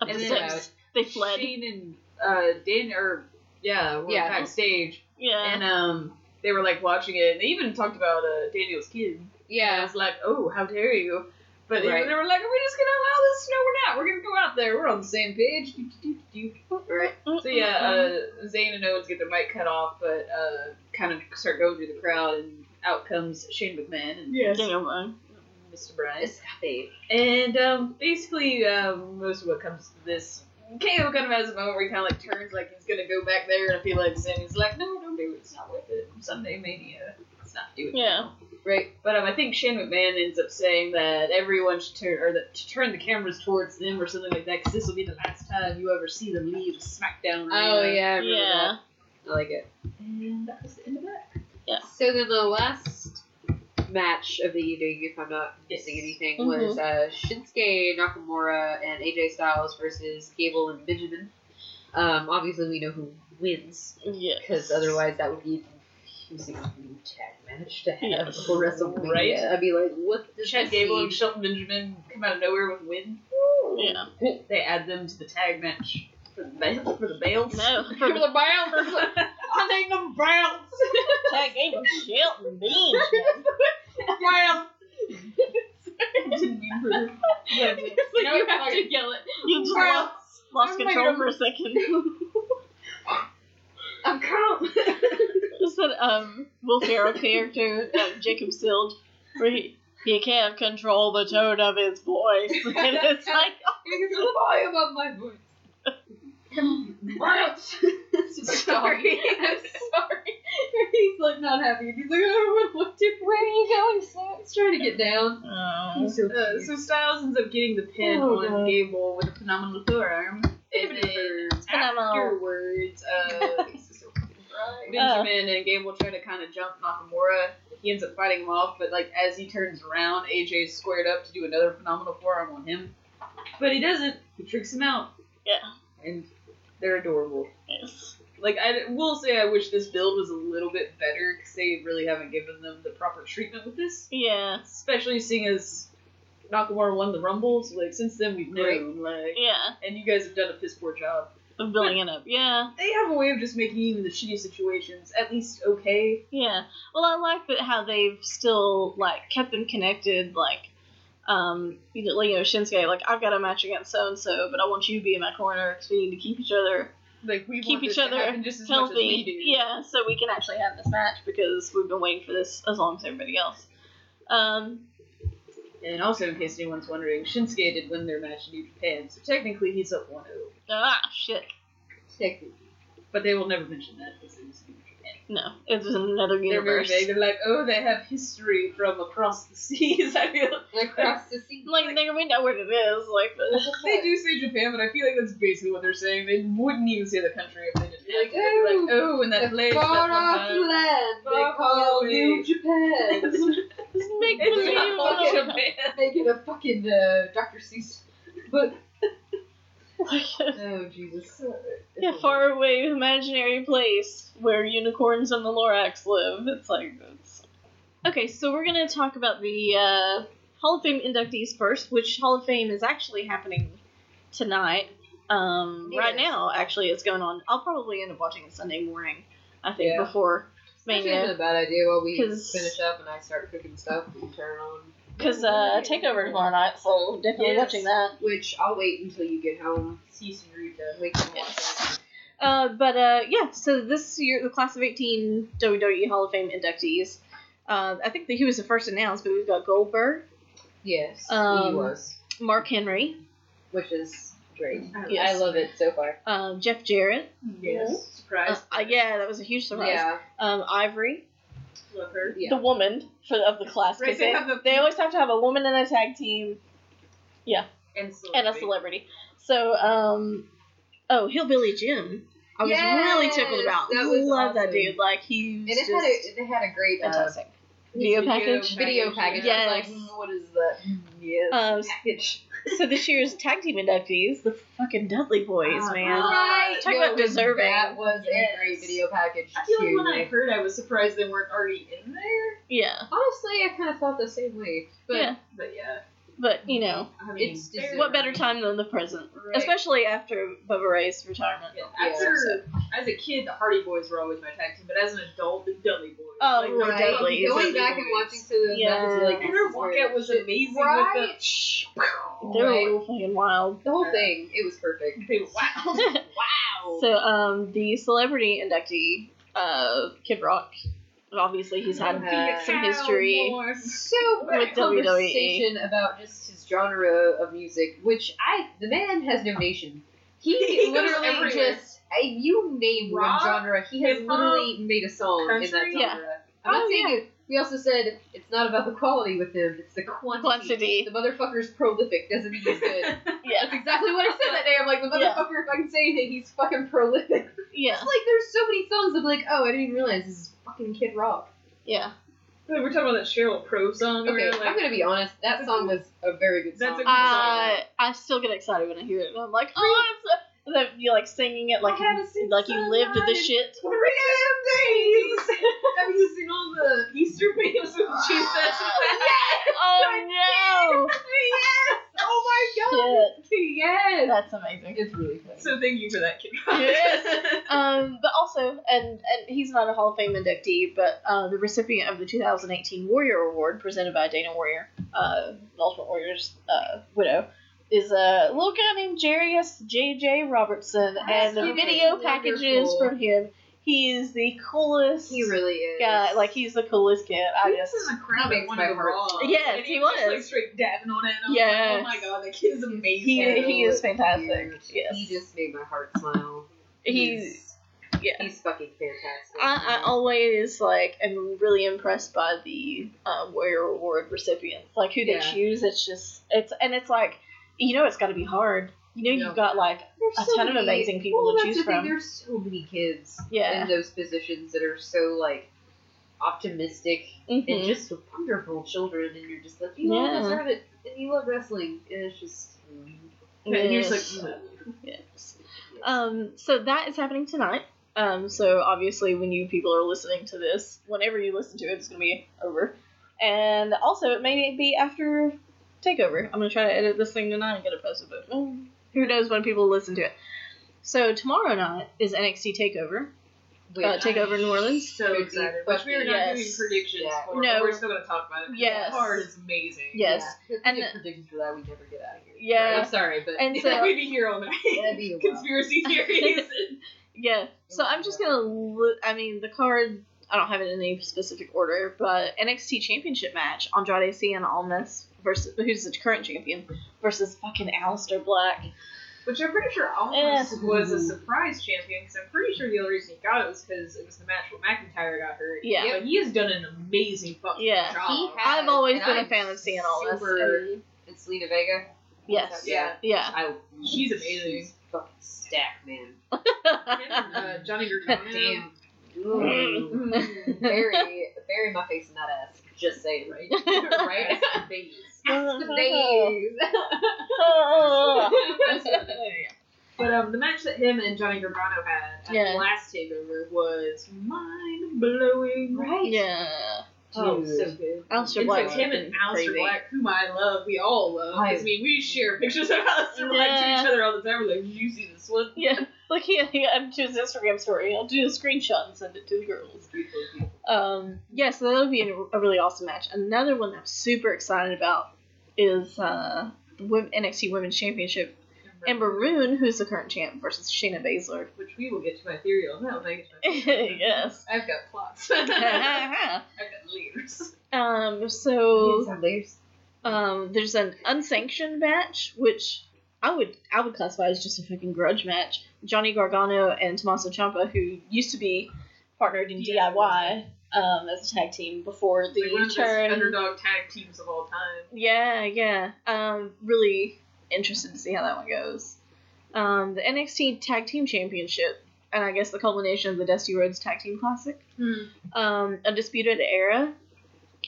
Up And the then- steps. They fled. Shane and uh, Dan or yeah, were Yeah. backstage, yeah. Uh-huh. and um, they were like watching it, and they even talked about uh, Daniel's kid. I Yeah, was like, oh, how dare you. But they- Right. they were like, are we just going to allow this? No, we're not. We're going to go out there. We're on the same page. Do, do, do, do. right. Mm, So yeah, uh, Zayn and Owens get their mic cut off, but uh, kind of start going through the crowd, and out comes Shane McMahon and yes. Daniel Bryan. Mr. Bryan. Stop it. And um, basically, um, most of what comes to this, KO kind of has a moment where he kind of like turns, like he's gonna go back there, and I feel like Sammy's like, no, don't do it. It's not worth it. Sunday Mania. Let's not do it. Yeah. Right. But um, I think Shane McMahon ends up saying that everyone should turn or that to turn the cameras towards them or something like that, because this will be the last time you ever see them leave SmackDown. Oh arena. yeah, I remember Yeah. that. I like it. And that was the end of that. So then the last match of the evening, if I'm not Yes. missing anything, Mhm. Mm-hmm. was uh, Shinsuke Nakamura and AJ Styles versus Gable and Benjamin. Um, obviously, we know who wins Yes. because otherwise that would be a confusing tag match to have Yes. for WrestleMania. Right. I'd be like, what does Chad this Gable mean? and Shelton Benjamin come out of nowhere with a win. Yeah. They add them to the tag match for the bail for the bails. No. For the bounce. I think the Browns. Tag game of Shelton Beans. Browns. Didn't mean for It's like No, you fuck have to it. yell it. You just lost, Browns. lost I'm like, control I'm- for a second. I'm count. Is that um Will Ferrell character uh, Jacob Sild, where he he can't control the tone of his voice, and it's like Because of the volume of my voice. Browns. Sorry, I'm sorry. He's like not happy. He's like, I don't want to look Where are you going? Sam? He's trying to get down. oh. Uh, so Styles ends up getting the pin Oh, on God. Gable with a phenomenal forearm. And then Phenomenal. afterwards, uh, Benjamin and Gable try to kind of jump Nakamura. He ends up fighting him off, but like as he turns around, AJ's squared up to do another phenomenal forearm on him, but he doesn't. He tricks him out. Yeah. And they're adorable. Yes. Like I will say, I wish this build was a little bit better because they really haven't given them the proper treatment with this Yeah. especially seeing as Nakamura won the Rumble. So like since then we've known, like, Yeah. and you guys have done a piss poor job. of building it up. Yeah, They have a way of just making even the shitty situations at least okay. yeah. Well, I like that how they've still like kept them connected. Like, um, you know, like, you know Shinsuke, like I've got a match against so and so, but I want you to be in my corner because we need to keep each other Like we Keep want this each to other happen just as much as we do. healthy. Yeah, so we can actually have this match because we've been waiting for this as long as everybody else. Um, And also, in case anyone's wondering, Shinsuke did win their match in New Japan, so technically he's up 1-0. ah, shit. Technically. But they will never mention that because it was New Japan. No, it was They're another very universe. vague. They're like, oh, they have history from across the seas. I feel And across the sea. Like, nigga, we know what it is. Like, but- they do say Japan, but I feel like that's basically what they're saying. They wouldn't even say the country if they didn't. Like, Like, They'd be like, oh, in that The place. That far one off time." land they Far call away. New Japan. Just make It's not believe. fucking Japan. they get a fucking uh, Dr. Seuss book. Like, Oh, Jesus. a faraway imaginary place where unicorns and the Lorax live. It's like it's... okay. So we're gonna talk about the uh, Hall of Fame inductees first, which Hall of Fame is actually happening tonight. Um, Right Yes. now, actually, it's going on. I'll probably end up watching it Sunday morning. I think Yeah. before Actually, Mania. isn't a bad idea while we 'Cause- finish up and I start cooking stuff and turn on. because uh, Takeover tomorrow night, so definitely Yes. watching that. Which I'll wait until you get home. See Senorita. We can watch that. Uh, but uh, yeah, so this year, the class of 18 WWE E Hall of Fame inductees. Uh, I think that he was the first announced, but we've got Goldberg, Yes, Um, he was. Mark Henry, Which is great. Yes. I love it so far. um, Jeff Jarrett. Yes. Uh, Surprise. uh, yeah, that was a huge surprise. Yeah. Um, Ivory, Love her. yeah. the woman for of the class. 'cause Right, they they, have a- they always have to have a woman in a tag team And, and a celebrity. So, um, oh, Hillbilly Jim. I was really tickled Yes, about. that was Love that awesome. dude. Like he and was it just had a, it had a great uh, fantastic. Video video package. video package. I Yes. was like, "Mm." "Hmm, what is that? Yes. Um, package. So this year's tag team inductees, the fucking Dudley Boys, Ah, man. ah. Right. Talk No, about it was- deserving. That was a great Yes. video package I feel too. like when I heard, I was surprised they weren't already in there. Yeah, Honestly, I kind of felt the same way. But yeah. But yeah, But you know, I mean, It's they're- deserved. what better time than the present, Right. especially after Bubba Ray's retirement. Yeah, Yeah, after, as a kid, the Hardy Boys were always my tag team, but as an adult, the Dudley Boys. Oh, the right. Dudley Going Boys. Going back and watching some of those Yeah. matches, you're like, And this her is where walkout was shit- amazing Right? with the. They were Right. all fucking wild. The whole thing, it was perfect. They- Wow. Wow. So, um, the celebrity inductee, uh, Kid Rock. Obviously, he's had Uh, some history. So With great WWE. E. conversation about just his genre of music, which I the man has no nation. He, He goes literally everywhere. just I, you name Rock, one genre, he has hip-hop, literally made a song in that genre. country. I'm not Oh, saying it- we also said it's not about the quality with him; it's the quantity. Quantity. The motherfucker's prolific doesn't mean he's good. Yeah, That's exactly what I said that day. I'm like, the Yeah. motherfucker, if I can say anything, he's fucking prolific. yeah, It's like there's so many songs I'm like, oh, I didn't even realize this is fucking Kid Rock. yeah. Wait, we're talking about that Cheryl Crow song. Okay, where, like, I'm gonna be honest. That song was a very good That's song. a good Uh, I still get excited when I hear it. I'm like, oh, it's a-" that you like singing it like I had a you, like you lived the sunrise. shit. Three damn days! I'm using all the Easter memes with Jesus. Oh yes! Oh my god! no! Shit, yes. that's amazing. It's really funny. So thank you for that, kid. Yes. Um, but also, and, and he's not a Hall of Fame inductee, but uh, the recipient of the 2018 Warrior Award presented by Dana Warrior, uh, the Ultimate Warrior's uh, widow, is a little guy named Jarius J.J. Robertson, That's and the so video wonderful. packages from him. He is the coolest he really is. guy. Like he's the coolest kid. I He was just in the crowd He at makes one my of the heart Raws. sing. Yes, and he Just, like was. straight dabbing on it. And I'm Yes. like, oh my god, that kid's amazing. he, he is fantastic. Huge. Yes, He just made my heart smile. he's yeah. he's fucking fantastic. I, I always like am really impressed by the um, Warrior Award recipients, like who they Yeah. choose. It's just it's and it's like you know it's got to be hard. You know Yeah. you've got like There's a ton of amazing people well, to choose that's the thing, from. There's so many kids Yeah. in those positions that are so like optimistic and mhm. just wonderful children, and you're just like, you all Yeah. deserve it, and you love wrestling, and it's just. mm, Mm-hmm. And you're Yes. just like, "Ugh." Yes. Um, so that is happening tonight. Um, so obviously, when you people are listening to this, whenever you listen to it, it's going to be over. And also, it may be after Takeover. I'm going to try to edit this thing tonight and get it posted, but mm, who knows when people listen to it. So tomorrow night is NXT Takeover. Wait, uh, Takeover New Orleans. So Could be excited. Which we are not Yes. doing predictions Yeah. for. No. But we're still going to talk about it. 'cause Yes. That card is amazing. Yes. Yeah, And- and predictions for that we never get out of here. Yeah. I'm sorry, but And so- We'd be here all night. that'd be a while. Conspiracy theories. Yeah. So I'm just gonna. Li- I mean, the card. I don't have it in any specific order, but NXT Championship match: Andrade Cien Almas versus who's the current champion versus fucking Aleister Black. Which I'm pretty sure almost Eh. was a surprise champion because I'm pretty sure the only reason he got it was because it was the match where McIntyre got hurt. Yeah. But he has done an amazing fucking Yeah. job. He has- I've always and been a I'm fan of Cien Almas. super- and- And Selena Vega. Yes. Yeah. Yeah. I, She's amazing. she's fucking stack, man. Him and, uh, Johnny Gargano. Damn. Mm. Mm. bury, bury my face in that ass. Just saying, right? right? Ass to face. Ass to face. But um, the match that him and Johnny Gargano had at Yeah. the last takeover was mind blowing. right? yeah. Oh, Dude. so good. Aleister It's Black. like him and Alistair Crazy. Black, whom I love, we all love. 'cause, I mean, we share pictures of Alistair Black to Yeah. each other all the time. We're like, did you see this one? Yeah. Look, he, he up to his Instagram story. I'll do a screenshot and send it to the girls. Beautiful, beautiful. Um, yeah, so that'll be a- a really awesome match. Another one that I'm super excited about is uh, the Wom- NXT Women's Championship. Ember Roon, who's the current champ, versus Shayna Baszler. Which we will get to my theory on that when I get to my theory. yes. I've got plots. I've got leaders. um, Ooh. so Some layers. um, there's an unsanctioned match, which I would I would classify as just a fucking grudge match. Johnny Gargano and Tommaso Ciampa, who used to be partnered in Yeah. DIY um, as a tag team before the Like one of the best turn. underdog tag teams of all time. Yeah, yeah. Um, really interested to see how that one goes. Um, the NXT Tag Team Championship, and I guess the culmination of the Dusty Rhodes Tag Team Classic. Um, Undisputed Era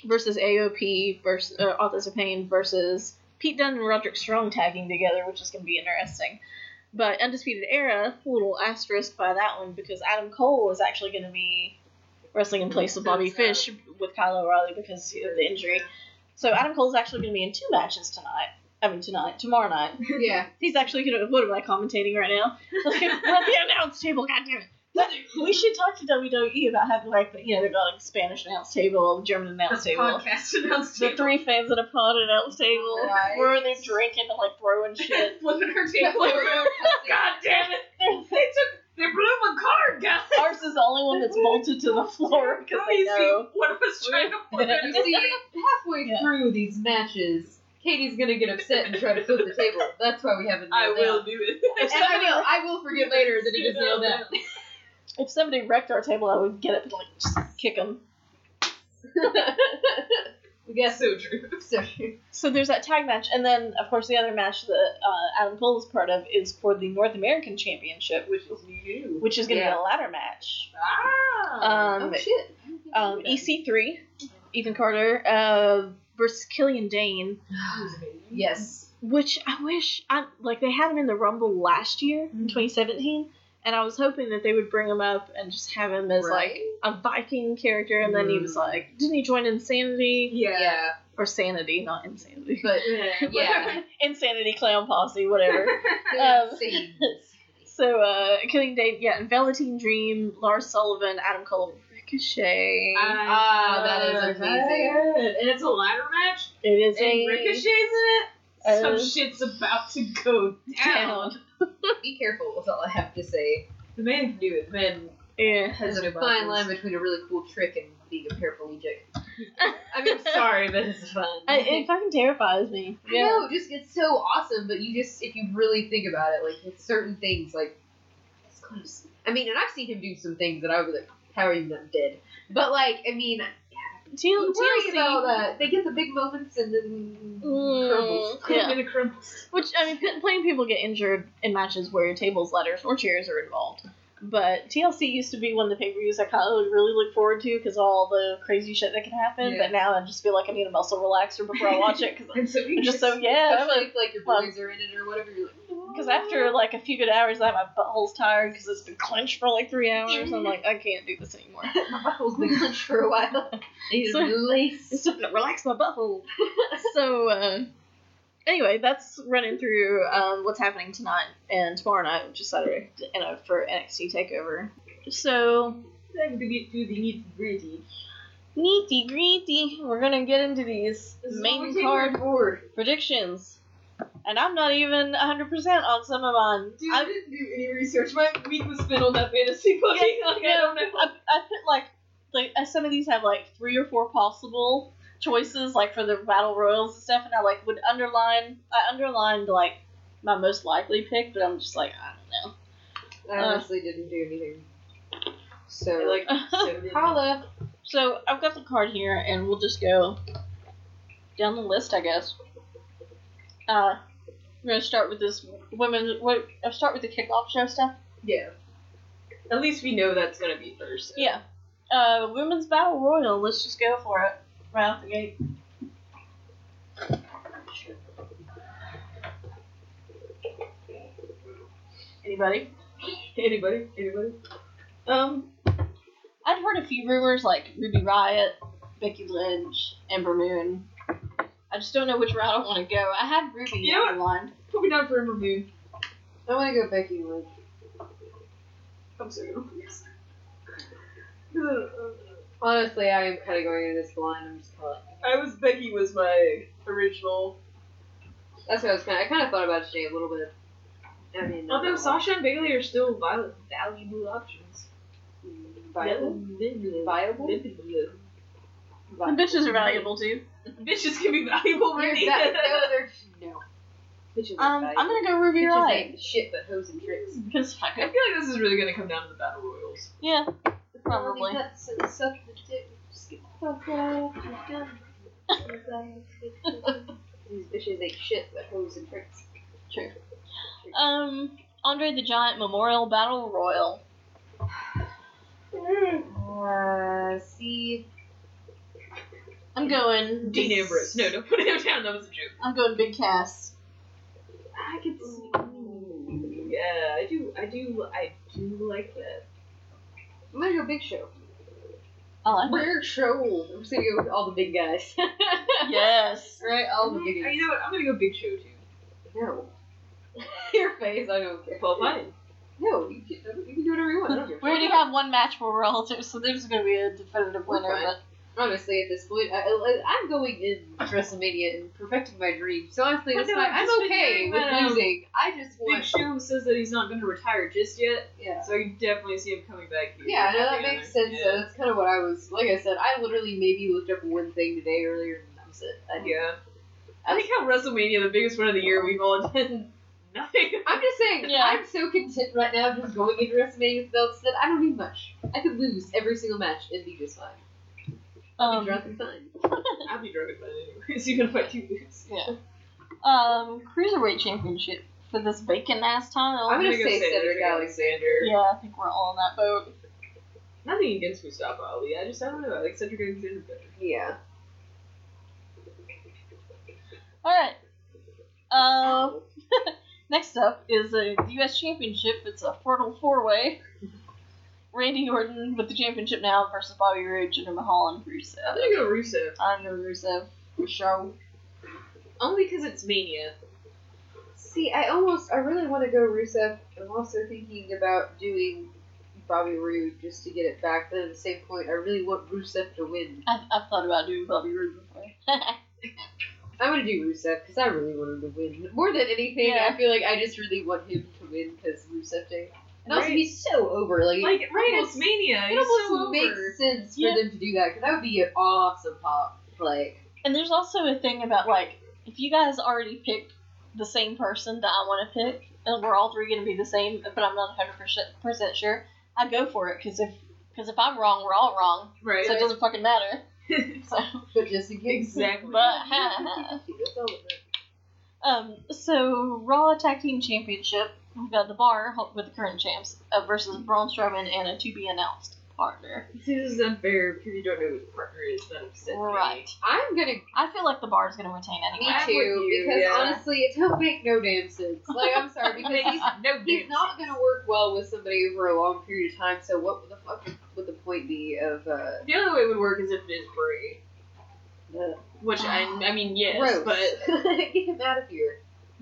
versus AOP versus uh, Authors of Pain versus Pete Dunne and Roderick Strong tagging together, which is going to be interesting. But Undisputed Era, a little asterisk by that one because Adam Cole is actually going to be wrestling in place of Bobby That's Fish with Kyle O'Reilly because of the injury. So Adam Cole's actually going to be in two matches tonight. I mean tonight, tomorrow night. Yeah. He's actually going to. What am I commentating right now? Like, we're at the announce table. Goddamn it! But we should talk to WWE about having like you know they've got like Spanish announce table, German announce The table, podcast announced the three fans at a pod announce table. Right. Where they're drinking and like throwing shit. flipping her table over. God damn it! They took they blew my card, guys. Ours is the only one that's bolted to the floor because they Crazy. know. One of us trying to flip You it. see, halfway Yeah. through these matches, Katie's gonna get upset and try to flip the table. That's why we haven't. I nailed will down. do it. And I will. I will forget later that it is nailed down. If somebody wrecked our table, I would get up and like just kick them. We guess so true. So So there's that tag match, and then of course the other match that uh, Adam Cole is part of is for the North American Championship, Which is you. which is going to Yeah. be a ladder match. Ah. Um, oh shit. um, EC3, Ethan Carter uh, versus Killian Dane, Yes. which I wish I like they had him in the Rumble last year in Mhm. 2017, and I was hoping that they would bring him up and just have him as like a Viking character, and then he was Mm. like, didn't he join Insanity Yeah. Yeah. or Sanity, not Insanity, But Yeah. Yeah. Insanity Clown Posse, whatever. Um, Um, So, uh, Killing Date, yeah, and Velveteen Dream, Lars Sullivan, Adam Cole, Ricochet. Uh, Ah, that is amazing. And it's a ladder match, it is a and Ricochet's in it. Some Uh, shit's about to go down. down. Be careful with all I have to say. The man can do it. The man Yeah. has There's no a fine buckles. line between a really cool trick and being a paraplegic. I mean, sorry, but it's fun. I, it fucking terrifies me. I know, just it's so awesome, but you just if you really think about it, like with certain things, like it's close. I mean, and I've seen him do some things that I was like, how are you not dead? But like, I mean, T- you worry TLC. about that. They get the big moments and then Mm, crumbles. yeah. And it crumbles. Which, I mean, p- plenty of people get injured in matches where tables, ladders, or chairs are involved. But TLC used to be one of the pay per views I kind of really look forward to because all the crazy shit that can happen. Yeah. But now I just feel like I need a muscle relaxer before I watch it because And so we I'm just so, yeah. I'm Especially like- if like your boys are in it or whatever. You're like, Because after like a few good hours, I my butthole's tired because it's been clenched for like three hours. Mm-hmm. I'm like, I can't do this anymore. my butthole's been clenched for a while. I need So- a new lace. It's time to relax my butthole. so, uh, anyway, that's running through um, what's happening tonight and tomorrow night, which is Saturday, you know, for NXT Takeover. So Time to get to the nitty gritty. neaty greety, we're gonna get into these main card board. predictions, and I'm not even 100 percent on some of mine. Dude, I I, didn't do any research. My week was spent on that fantasy book. like, I don't know. I, I put like like uh, some of these have like three or four possible choices like for the battle royals and stuff, and I like would underline I underlined like my most likely pick, but I'm just like I don't know. I Uh. honestly didn't do anything. So like, so did- holla. So I've got the card here, and we'll just go down the list, I guess. Uh, we're gonna start with this women. What? I'll start with the kickoff show stuff. yeah. At least we know that's gonna be Thursday. Yeah. Uh, women's battle royal. Let's just go for it right off the gate. Anybody? Anybody? Anybody? Um, I'd heard a few rumors like Ruby Riot, Becky Lynch, Ember Moon. I just don't know which route I want to go. I had Ruby You know what? underlined. Put me down for a review. I want to go Becky Lynch. I'm sorry. Yes. Honestly, I am kind of going into this blind. I'm just kind of like, I was Becky was my original. that's what I was kind of. I kind of thought about it today a little bit. I mean, not Although a lot. Sasha and Bailey are still viol- valuable options. viable, Valuable. Viable? The bitches are valuable too. Bitches can be valuable, You're really. that, no, they're no. Bitches are Um, valuable. I'm gonna go Ruby Bitches Riot ain't shit, but hoes and tricks. because fuck I feel it. like this is really gonna come down to the battle royals. Yeah, probably. These bitches ain't shit, but hoes and tricks. True. Um, Andre the Giant Memorial Battle Royal. Uh, see, I'm going Dean Ambrose. No, don't put him down. That was a joke. I'm going Big Cass. I could. see- Ooh, Yeah, I do. I do. I do like that. I'm gonna go Big Show. I like Big Show. I'm just gonna go with all the big guys. it. Yes. Right, all the Mm, biggies. You know what? I'm gonna go Big Show too. No. Your face, I don't care. Well, fine. No, you can, you can do whatever you want. I don't care. We already have one match where we're all two, so there's gonna be a definitive winner. Okay. But Honestly, at this point, I, I, I'm going in to WrestleMania and perfecting my dream. So honestly, I this know, time, I've I'm just been okay hearing with that, um, losing. I just Big want. Show says that he's not gonna retire just yet, yeah. so I can definitely see him coming back here. Yeah, no, that Nothing makes other- sense. though. That's kind of what I was. Like I said, I literally maybe looked up one thing today earlier, and that was it. I, Yeah. yeah. I think how WrestleMania, the biggest one of the year, we've all done nothing. I'm just saying, Yeah. I'm so content right now just going into WrestleMania with belts that I don't need much. I could lose every single match and be just fine. I'll be um, drunk and fine. I'll be drunk about it anyways, even if I do lose. um, cruiserweight championship for this bacon ass title. I'm gonna say Cedric yeah, I think we're all on that boat. Nothing against Mustafa Ali. I just I don't know. I like Cedric Alexander better. Yeah. All right. Um, Next up is a U.S. Championship. It's a Fertile Four Way. Randy Orton with the championship now versus Bobby Roode, Jinder Mahal, and I'm Rusev. gonna go Rusev I'm going Rusev for sure. only because it's Mania. See, I almost, I really want to go Rusev. I'm also thinking about doing Bobby Roode just to get it back. But at the same point, I really want Rusev to win. I've, I've thought about doing Bobby Roode before. I'm gonna do Rusev because I really want him to win. More than anything, Yeah. I feel like I just really want him to win because Rusev did. And also, Right. he's so over. Like, Like right, almost- it's Mania. it He's almost so makes over. sense for Yeah. them to do that because that would be an awesome pop. Like, and there's also a thing about like if you guys already picked the same person that I want to pick, and we're all three going to be the same, but I'm not 100 percent sure. I go for it because if because if I'm wrong, we're all wrong, Right. so it doesn't fucking matter. So. but just in case. exactly. But- That's all it is. Um, so Raw Tag Team Championship, we've got the Bar with the current champs uh, versus Braun Strowman and a to be announced partner. See, this is unfair because you don't know who the partner is. That upset me. Right. I'm gonna I feel like the Bar is going to retain me anyway. I'm too with you, because yeah. honestly, it don't make no damn sense. Like, I'm sorry because he's no he's not gonna work well with somebody over a long period of time. So what the fuck would the point be of? uh The only way it would work is if it is Bray. Which I, I mean, yes, Gross. but Get him out of here.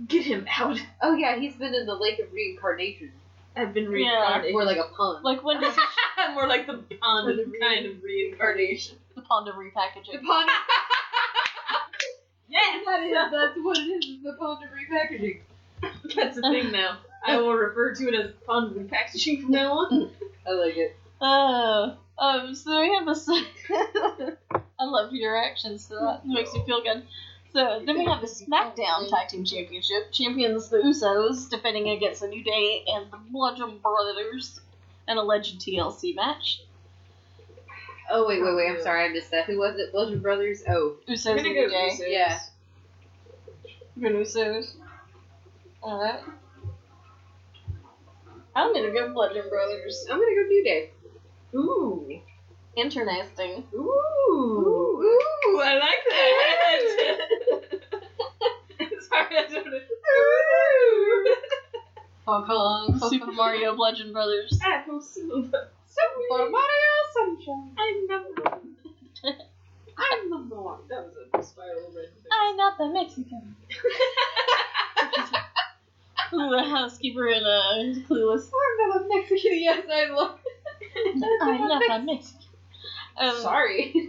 get him out. Oh yeah, he's been in the lake of reincarnation. I've been Yeah. reincarnated. Or like a pun. Like when does More like the pond Or the kind of reincarnation. the pond of repackaging? pun. Yes, That is, that's what it is, is the pun of repackaging. that's the thing now. I will refer to it as pond repackaging from now on. I like it. Oh, um, so we have this. I love your reactions to that. It makes me feel good. So then we have the SmackDown Tag Team Championship. Champions the Usos defending against the New Day and the Bludgeon Brothers. An alleged TLC match. Oh wait, wait, wait. I'm sorry, I missed that. Who was it? Bludgeon Brothers. Oh, Usos and New Day. Usos. Yeah. You're going Usos. Alright. I'm gonna go Bludgeon Brothers. I'm gonna go New Day. Ooh. Interesting. Ooh. Ooh. I like Sorry, I don't. Ooh. Hong Kong. Super Mario Bludgeon Brothers. I feel so Super Mario Sunshine. I'm number one. I'm number one. That was a spiral red thing. I'm not the Mexican. the housekeeper in a clueless. I'm not a Mexican. Yes, I love. I'm not the Mexican. Um, Sorry.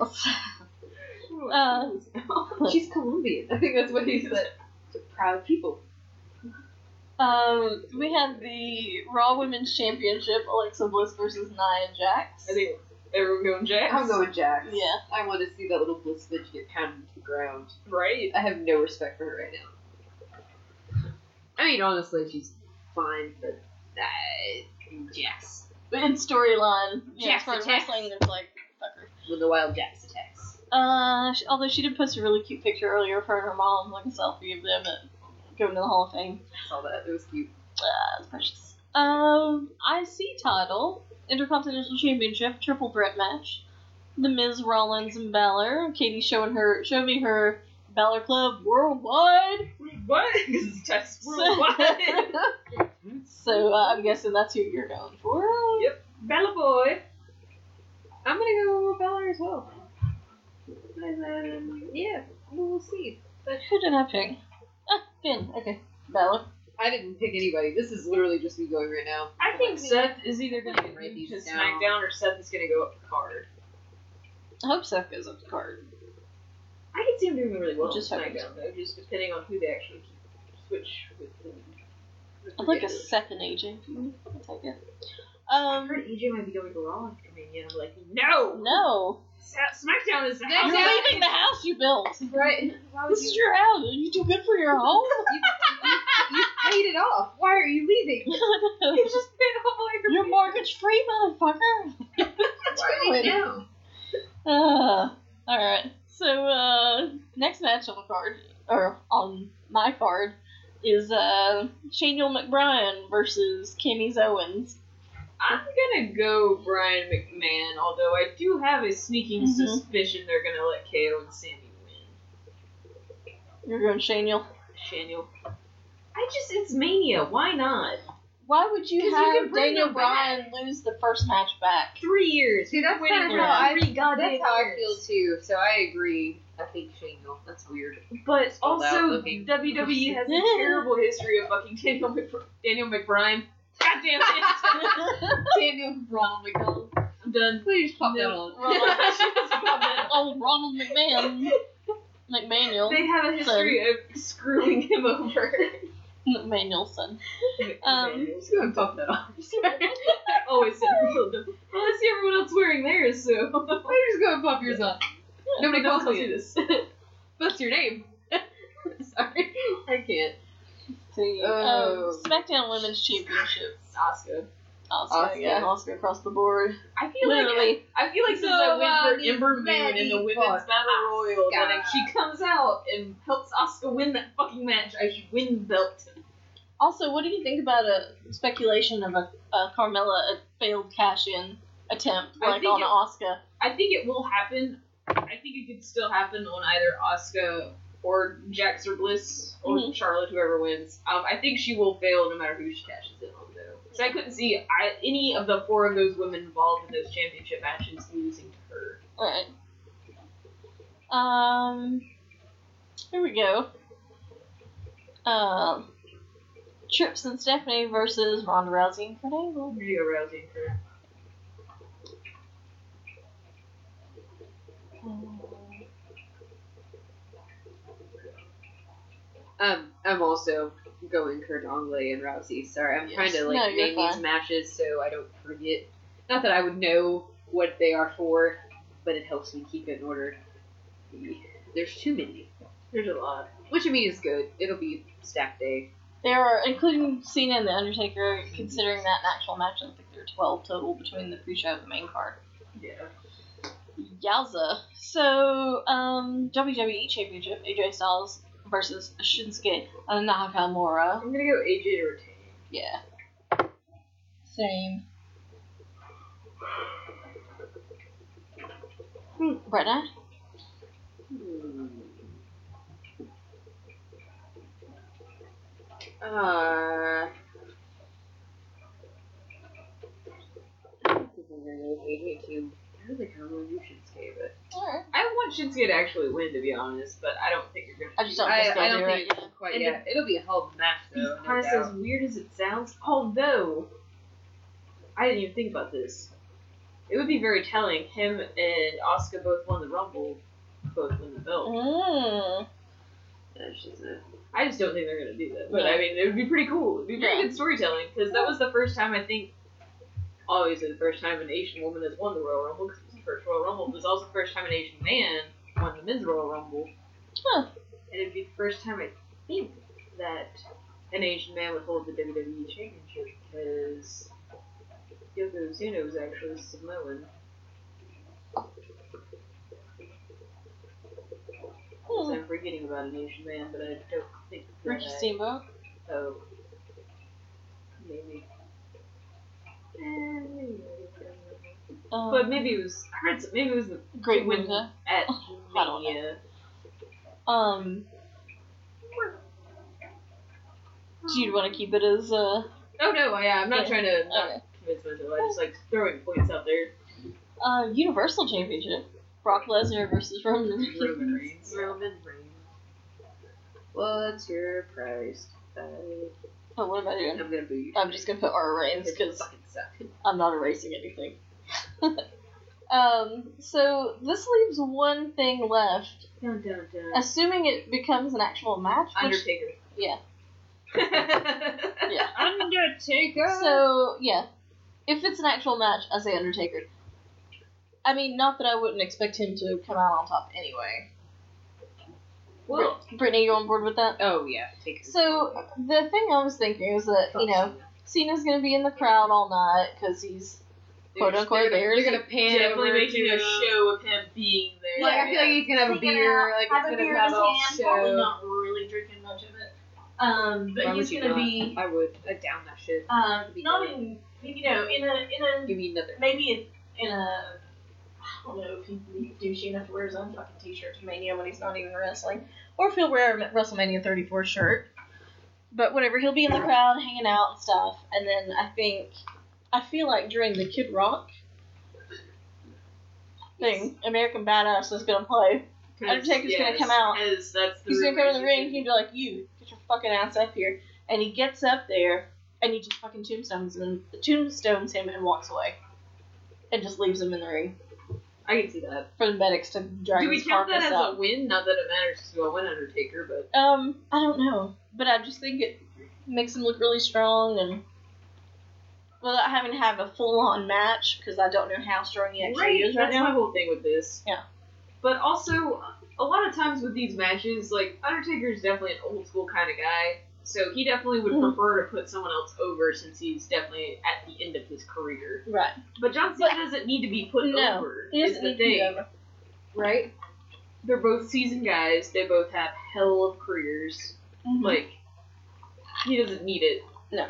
Uh, She's Colombian. I think that's what he said. Proud people. um, we have the Raw Women's Championship: Alexa Bliss versus Nia Jax. I think everyone going Jax. I'm going Jax. Yeah. I want to see that little bliss bitch get pounded to the ground. right. I have no respect for her right now. I mean, honestly, she's fine, but uh, Jax. In storyline, yeah, Jax as far as attacks. wrestling, there's like fuck her. When the wild Jax attacks. Uh, she, although she did post a really cute picture earlier of her and her mom, like a selfie of them at going to the Hall of Fame. I saw that. It was cute. Ah, it's precious. Um, IC title, Intercontinental Championship, triple threat match. The Miz, Rollins, and Balor. Katie showing her, show me her Balor Club worldwide. What? Because it's Jax worldwide. So uh, I'm guessing that's who you're going for. Yep. Bella boy. I'm gonna go with Balor as well. And then, yeah, we'll see. Who did I pick? Ah, Finn. Okay, Balor. I didn't pick anybody. This is literally just me going right now. I think Like, Seth is either going to get Write moved these to down. SmackDown or Seth is going to go up the card. I hope Seth goes up the card. I can see him doing really well Just on happens. SmackDown though, just depending on who they actually switch with. Them. I'd like a second AJ. I'll take it. Um, heard EJ might be going to Raw after me, and I'm like, no, no. Sa- SmackDown is the Next You're house. up. leaving the house you built. Right? Why would This is you? your house. You too good for your home. You, you, you paid it off. Why are you leaving? You just paid off all your. You're mortgage free, motherfucker. Right now. Uh, all right. So uh, next match on the card, or on my card, is uh, Shaniel McBrien versus Kenny's Owens. I'm gonna go Brian McMahon, although I do have a sneaking Mhm. suspicion they're gonna let KO and Sammy win. You're going Shaniel. Shaniel. I just, it's Mania. Why not? Why would you 'Cause you have can bring Daniel them Bryan lose the first match back? Three years. See, that's We've waited kinda for how I- three goddamn That's how I years. feel too. So I agree. I think Shane. Gil- That's weird. But Spelled out also, looking. WWE has a terrible history of fucking Daniel, McBr- Daniel McBride. God damn it. Daniel Ronald McDonald. I'm done. Please pop that No. on. Old Ronald McMahon. McManuel. they have a history of screwing him over. McManuelson. Um, Just go and pop that on. I always said well, I see everyone else wearing theirs, so. Why don't you just go and pop yours on? Nobody Don't calls tell you. you this. What's your name? Sorry, I can't. See, Oh. um, SmackDown Women's Championship. Oscar. Oscar, Oscar. yeah, Oscar across the board. I feel Literally. like I feel like since So, I win um, for Ember Moon in the ready women's for battle royal, then if Asuka. she comes out and helps Oscar win that fucking match, I should win the belt. Also, what do you think about a speculation of a, a Carmella a failed cash-in attempt, I like think on it- Oscar? I think it will happen. I think it could still happen on either Oscar or Jax or Bliss or Mhm. Charlotte, whoever wins. Um, I think she will fail no matter who she cashes in on, though. Because I couldn't see I, any of the four of those women involved in those championship matches losing to her. All right. Um, here we go. Um, Trips and Stephanie versus Ronda Rousey and Kurt Angle. Rio Rousey and Kurt. Um, I'm also going Kurt Angle and Rousey. Sorry, I'm Yes. trying to like No, you're name these fine. matches so I don't forget. Not that I would know what they are for, but it helps me keep it in order. There's too many, There's a lot. which I mean is good. It'll be stack day. There are, including Cena and The Undertaker, considering that an actual match, I think there are 12 total between the pre show and the main card. Yeah. Yowza. So, um, WWE Championship, AJ Styles versus Shinsuke Nakamura. I'm gonna go AJ to retain. Yeah. Same. Hmm, Brenna? Hmm. Uh, I don't think I'm gonna go hate it too. I don't think I'm gonna do Shinsuke, but Alright. I want Shinsuke to actually win, to be honest, but I don't think you're gonna. I just don't Mm-hmm. I, think I they'll don't do think it. it's quite And yet. It'll be a hell of a match though. No Honestly, as doubt. weird as it sounds, although I didn't even think about this, it would be very telling. Him and Oscar both won the Rumble, both won the belt. Mm. That's just it. I just don't think they're gonna do that. But Yeah. I mean, it would be pretty cool. It'd be pretty Yeah. good storytelling because that was the first time I think, obviously the first time an Asian woman has won the Royal Rumble because it was the first Royal Rumble. But it's also the first time an Asian man won the Men's Royal Rumble. Huh. And it'd be the first time I think that an Asian man would hold the WWE Championship because Yokozuna was actually Samoan. Hmm. I'm forgetting about an Asian man, but I don't think that Ricky I- Steamboat. Oh. Maybe. Eh, maybe. Um, But maybe it was. I heard. some- Maybe it was the Great when- Winter. at I don't know. Mania. Um. Do you want to keep it as uh? Oh no! Yeah, I'm not Yeah. trying to not Okay. convince myself. I just like throwing points out there. Uh, Universal Championship. Brock Lesnar versus Roman Roman Reigns. Reigns. Roman Reigns. What's your price tag? But what am I I'm doing? gonna boo you. I'm just gonna put R Reigns It because fucking suck. I'm not erasing anything. um, so this leaves one thing left. Dun dun dun. Assuming it becomes an actual match. Which, Undertaker. yeah. yeah. Undertaker. so yeah, if it's an actual match, I say Undertaker. I mean, not that I wouldn't expect him to come out on top anyway. Well, Brittany, you on board with that? oh yeah, take it. So the thing I was thinking was that you know Cena's gonna be in the crowd all night because he's quote unquote there. they're, they're gonna pan definitely over making to, a show of him being there. Like, I feel like he's gonna have a He's gonna beer. like have he's a gonna beer in have his a hand, probably show. not really drinking much of it. Um, but Why he's would you gonna not? be I would. I down that shit. um, Be not good. in you know in a in a Give me another. maybe in, in a I don't know if he'd be douchey enough to wear his own fucking t-shirt to Mania when he's not even wrestling, or if he'll wear a WrestleMania 34 shirt. But whatever, he'll be in the crowd hanging out and stuff. And then I think I feel like during the Kid Rock thing, American Badass is gonna play. Undertaker's gonna come out. Because that's the He's gonna come in rumors the you ring. He'd be like, "You get your fucking ass up here," and he gets up there and he just fucking tombstones him, tombstones him, and walks away, and just leaves him in the ring I can see that. for the medics to drag Do we his count that carcass as up. a win? Not that it matters because we all win Undertaker, but Um, I don't know, but I just think it makes him look really strong and without having to have a full-on match because I don't know how strong he actually Right, is right that's my now. whole thing with this. Yeah. But also, a lot of times with these matches, like Undertaker's definitely an old school kind of guy, so he definitely would Mhm. prefer to put someone else over since he's definitely at the end of his career. Right, But John Cena doesn't need to be put No, over. he is doesn't the need to thing. be over. Right. They're both seasoned guys. They both have hell of careers. Mhm. Like he doesn't need it. No.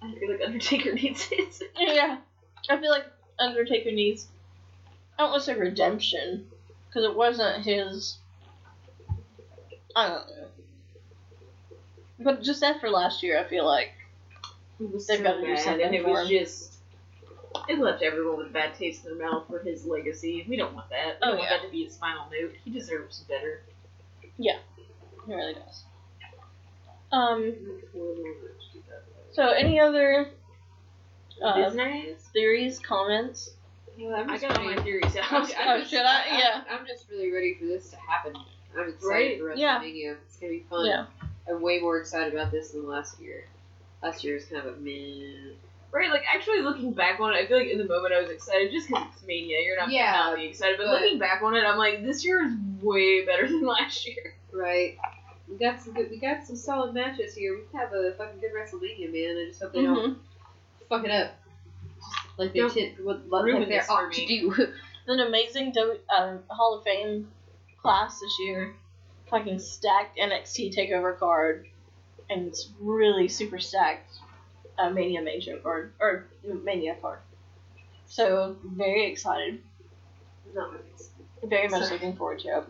I feel like Undertaker needs it. Yeah, I feel like Undertaker needs. I don't want to say redemption, because it wasn't his. I don't know. But just after last year, I feel like It was They've so gotta do bad, something and it for was him. just It left everyone with a bad taste in their mouth for his legacy. We don't want that. We Oh, don't want yeah. that to be his final note. He deserves better. It really does. Um, so any other uh, Business? theories, comments? Well, I'm I just got all ready- my theories I'm out. ju- Oh, I'm just- should I? I'm- Yeah. I'm just really ready for this to happen. I'm excited Right? for Yeah. WrestleMania. It's gonna be fun. Yeah. I'm way more excited about this than last year. Last year was kind of a meh. Right, like actually looking back on it, I feel like in the moment I was excited just because it's Mania. You're not Yeah, normally excited, but, but- looking back on it, I'm like, this year is way better than last year. Right. We got some good. We got some solid matches here. We have a fucking good WrestleMania, man. I just hope they don't Mhm. fuck it up. Like they Mm-hmm. Don't tend, what, like ruin they this for ought to me. do. An amazing w- uh, Hall of Fame class this year. Fucking stacked NXT Takeover card, and it's really super stacked uh, Mania main show card or Mania card. So very excited, Not really excited. very much Sorry. looking forward to it.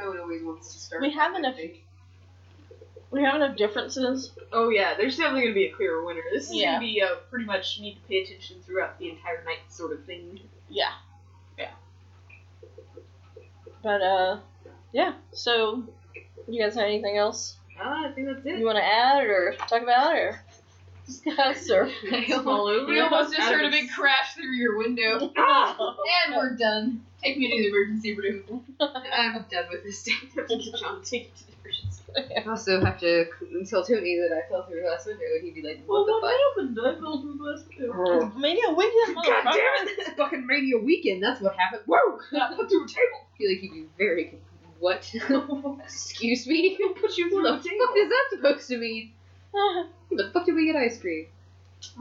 Owen always wants to start. We have enough. We have enough differences. Oh yeah, there's definitely gonna be a clearer winner. This is Yeah. gonna be a pretty much need to pay attention throughout the entire night sort of thing. Yeah. Yeah. But uh, yeah. So, you guys have anything else Ah, I think that's you it. want to add or talk about or discuss or? It's all over. We almost just Out of heard a big s- crash through your window. Ah! And we're done. Take me to the emergency room. I'm done with this day. John, take it to the emergency. I also have to tell Tony that I fell through the last window, and he'd be like, Well, "What the happened? I fell through the last window. fuck?" Mania, wake up, God damn motherfucker. it! It's fucking radio weekend. That's what happened. Whoa! I put through a table. I feel like he'd be very. con- What? Excuse me. I put you What through the the fuck table. is that supposed to mean? Where the fuck did we get ice cream?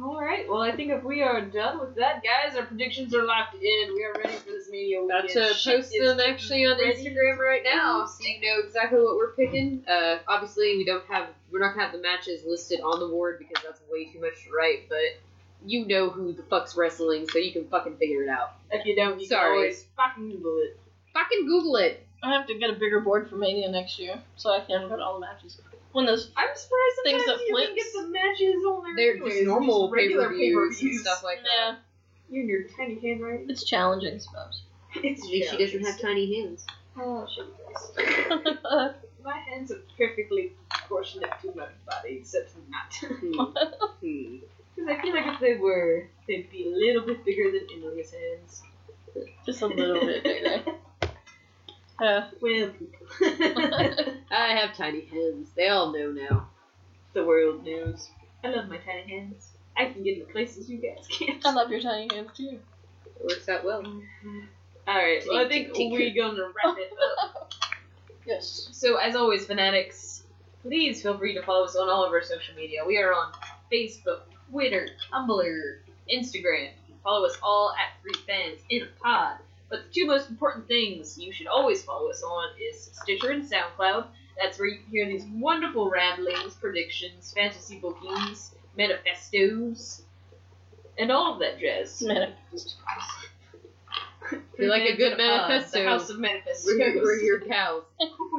All right. Well, I think if we are done with that, guys, our predictions are locked in. We are ready for this media About weekend. to Shit post is them actually on ready. Instagram right now, so you know exactly what we're picking. Uh, obviously, we don't have we're not gonna have the matches listed on the board because that's way too much to write. But you know who the fuck's wrestling, so you can fucking figure it out. If you don't, you Sorry. can always fucking Google it. Fucking Google it. I have to get a bigger board for Mania next year so I can put all the matches. When those I'm surprised Things sometimes that you can get flips. the matches on there. They're anyways, just normal just regular pay-per-views and pay-per-views. stuff like that. yeah, You and your tiny handwriting. it's challenging, I suppose. It's Maybe She doesn't have tiny hands. Oh, shit. My hands are perfectly proportionate to my body, except for not. Hmm. Because I feel like if they were, they'd be a little bit bigger than Emily's hands. Just a little bit bigger. Uh, Well, people. I have tiny hands. They all know now. the world knows. I love my tiny hands. I can get into places you guys can't. I love your tiny hands too. It works out well. Alright, well, I think Tink, tink, tink. we're gonna wrap it up. Yes. So, as always, fanatics, please feel free to follow us on all of our social media. We are on Facebook, Twitter, Tumblr, Instagram. Follow us all at Three Fans in a Pod. But the two most important things you should always follow us on is Stitcher and SoundCloud. That's where you can hear these wonderful ramblings, predictions, fantasy bookings, manifestos, and all of that jazz. Manifest. We like a good Three Fans in Pod, manifesto. The House of Manifestos. We're, your- we're your cows.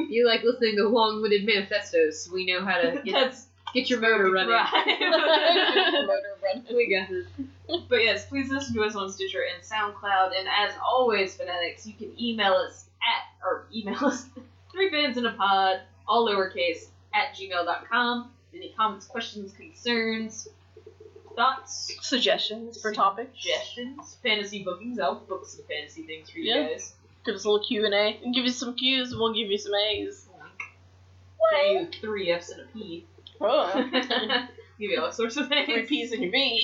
You like listening to long-winded manifestos. We know how to get, That's get your motor running. right. Motor run. We got this. But yes, please listen to us on Stitcher and SoundCloud. And as always, fanatics, you can email us at, or email us, three fans in a pod, all lowercase, at gmail.com. Any comments, questions, concerns, thoughts, Suggestions for topics. suggestions, fantasy bookings. I'll book some fantasy things for you Yeah. guys. Give us a little Q and A. Give you some Q's. We'll give you some A's. Give you three F's and a P. Oh. Give you all sorts of things. Three P's and a B.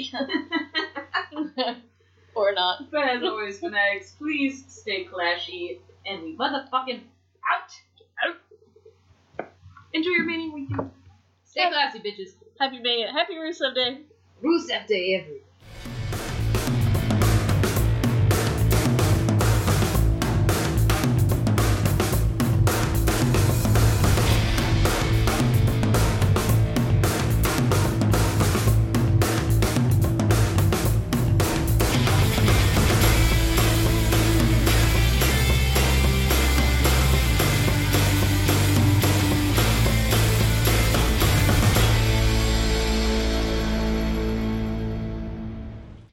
or not. But as always, fanatics, please stay clashy, and we motherfucking out. Out. Enjoy your meeting weekend. Stay classy, bitches. Happy May. Happy Rusev Day. Rusev Day, everyone.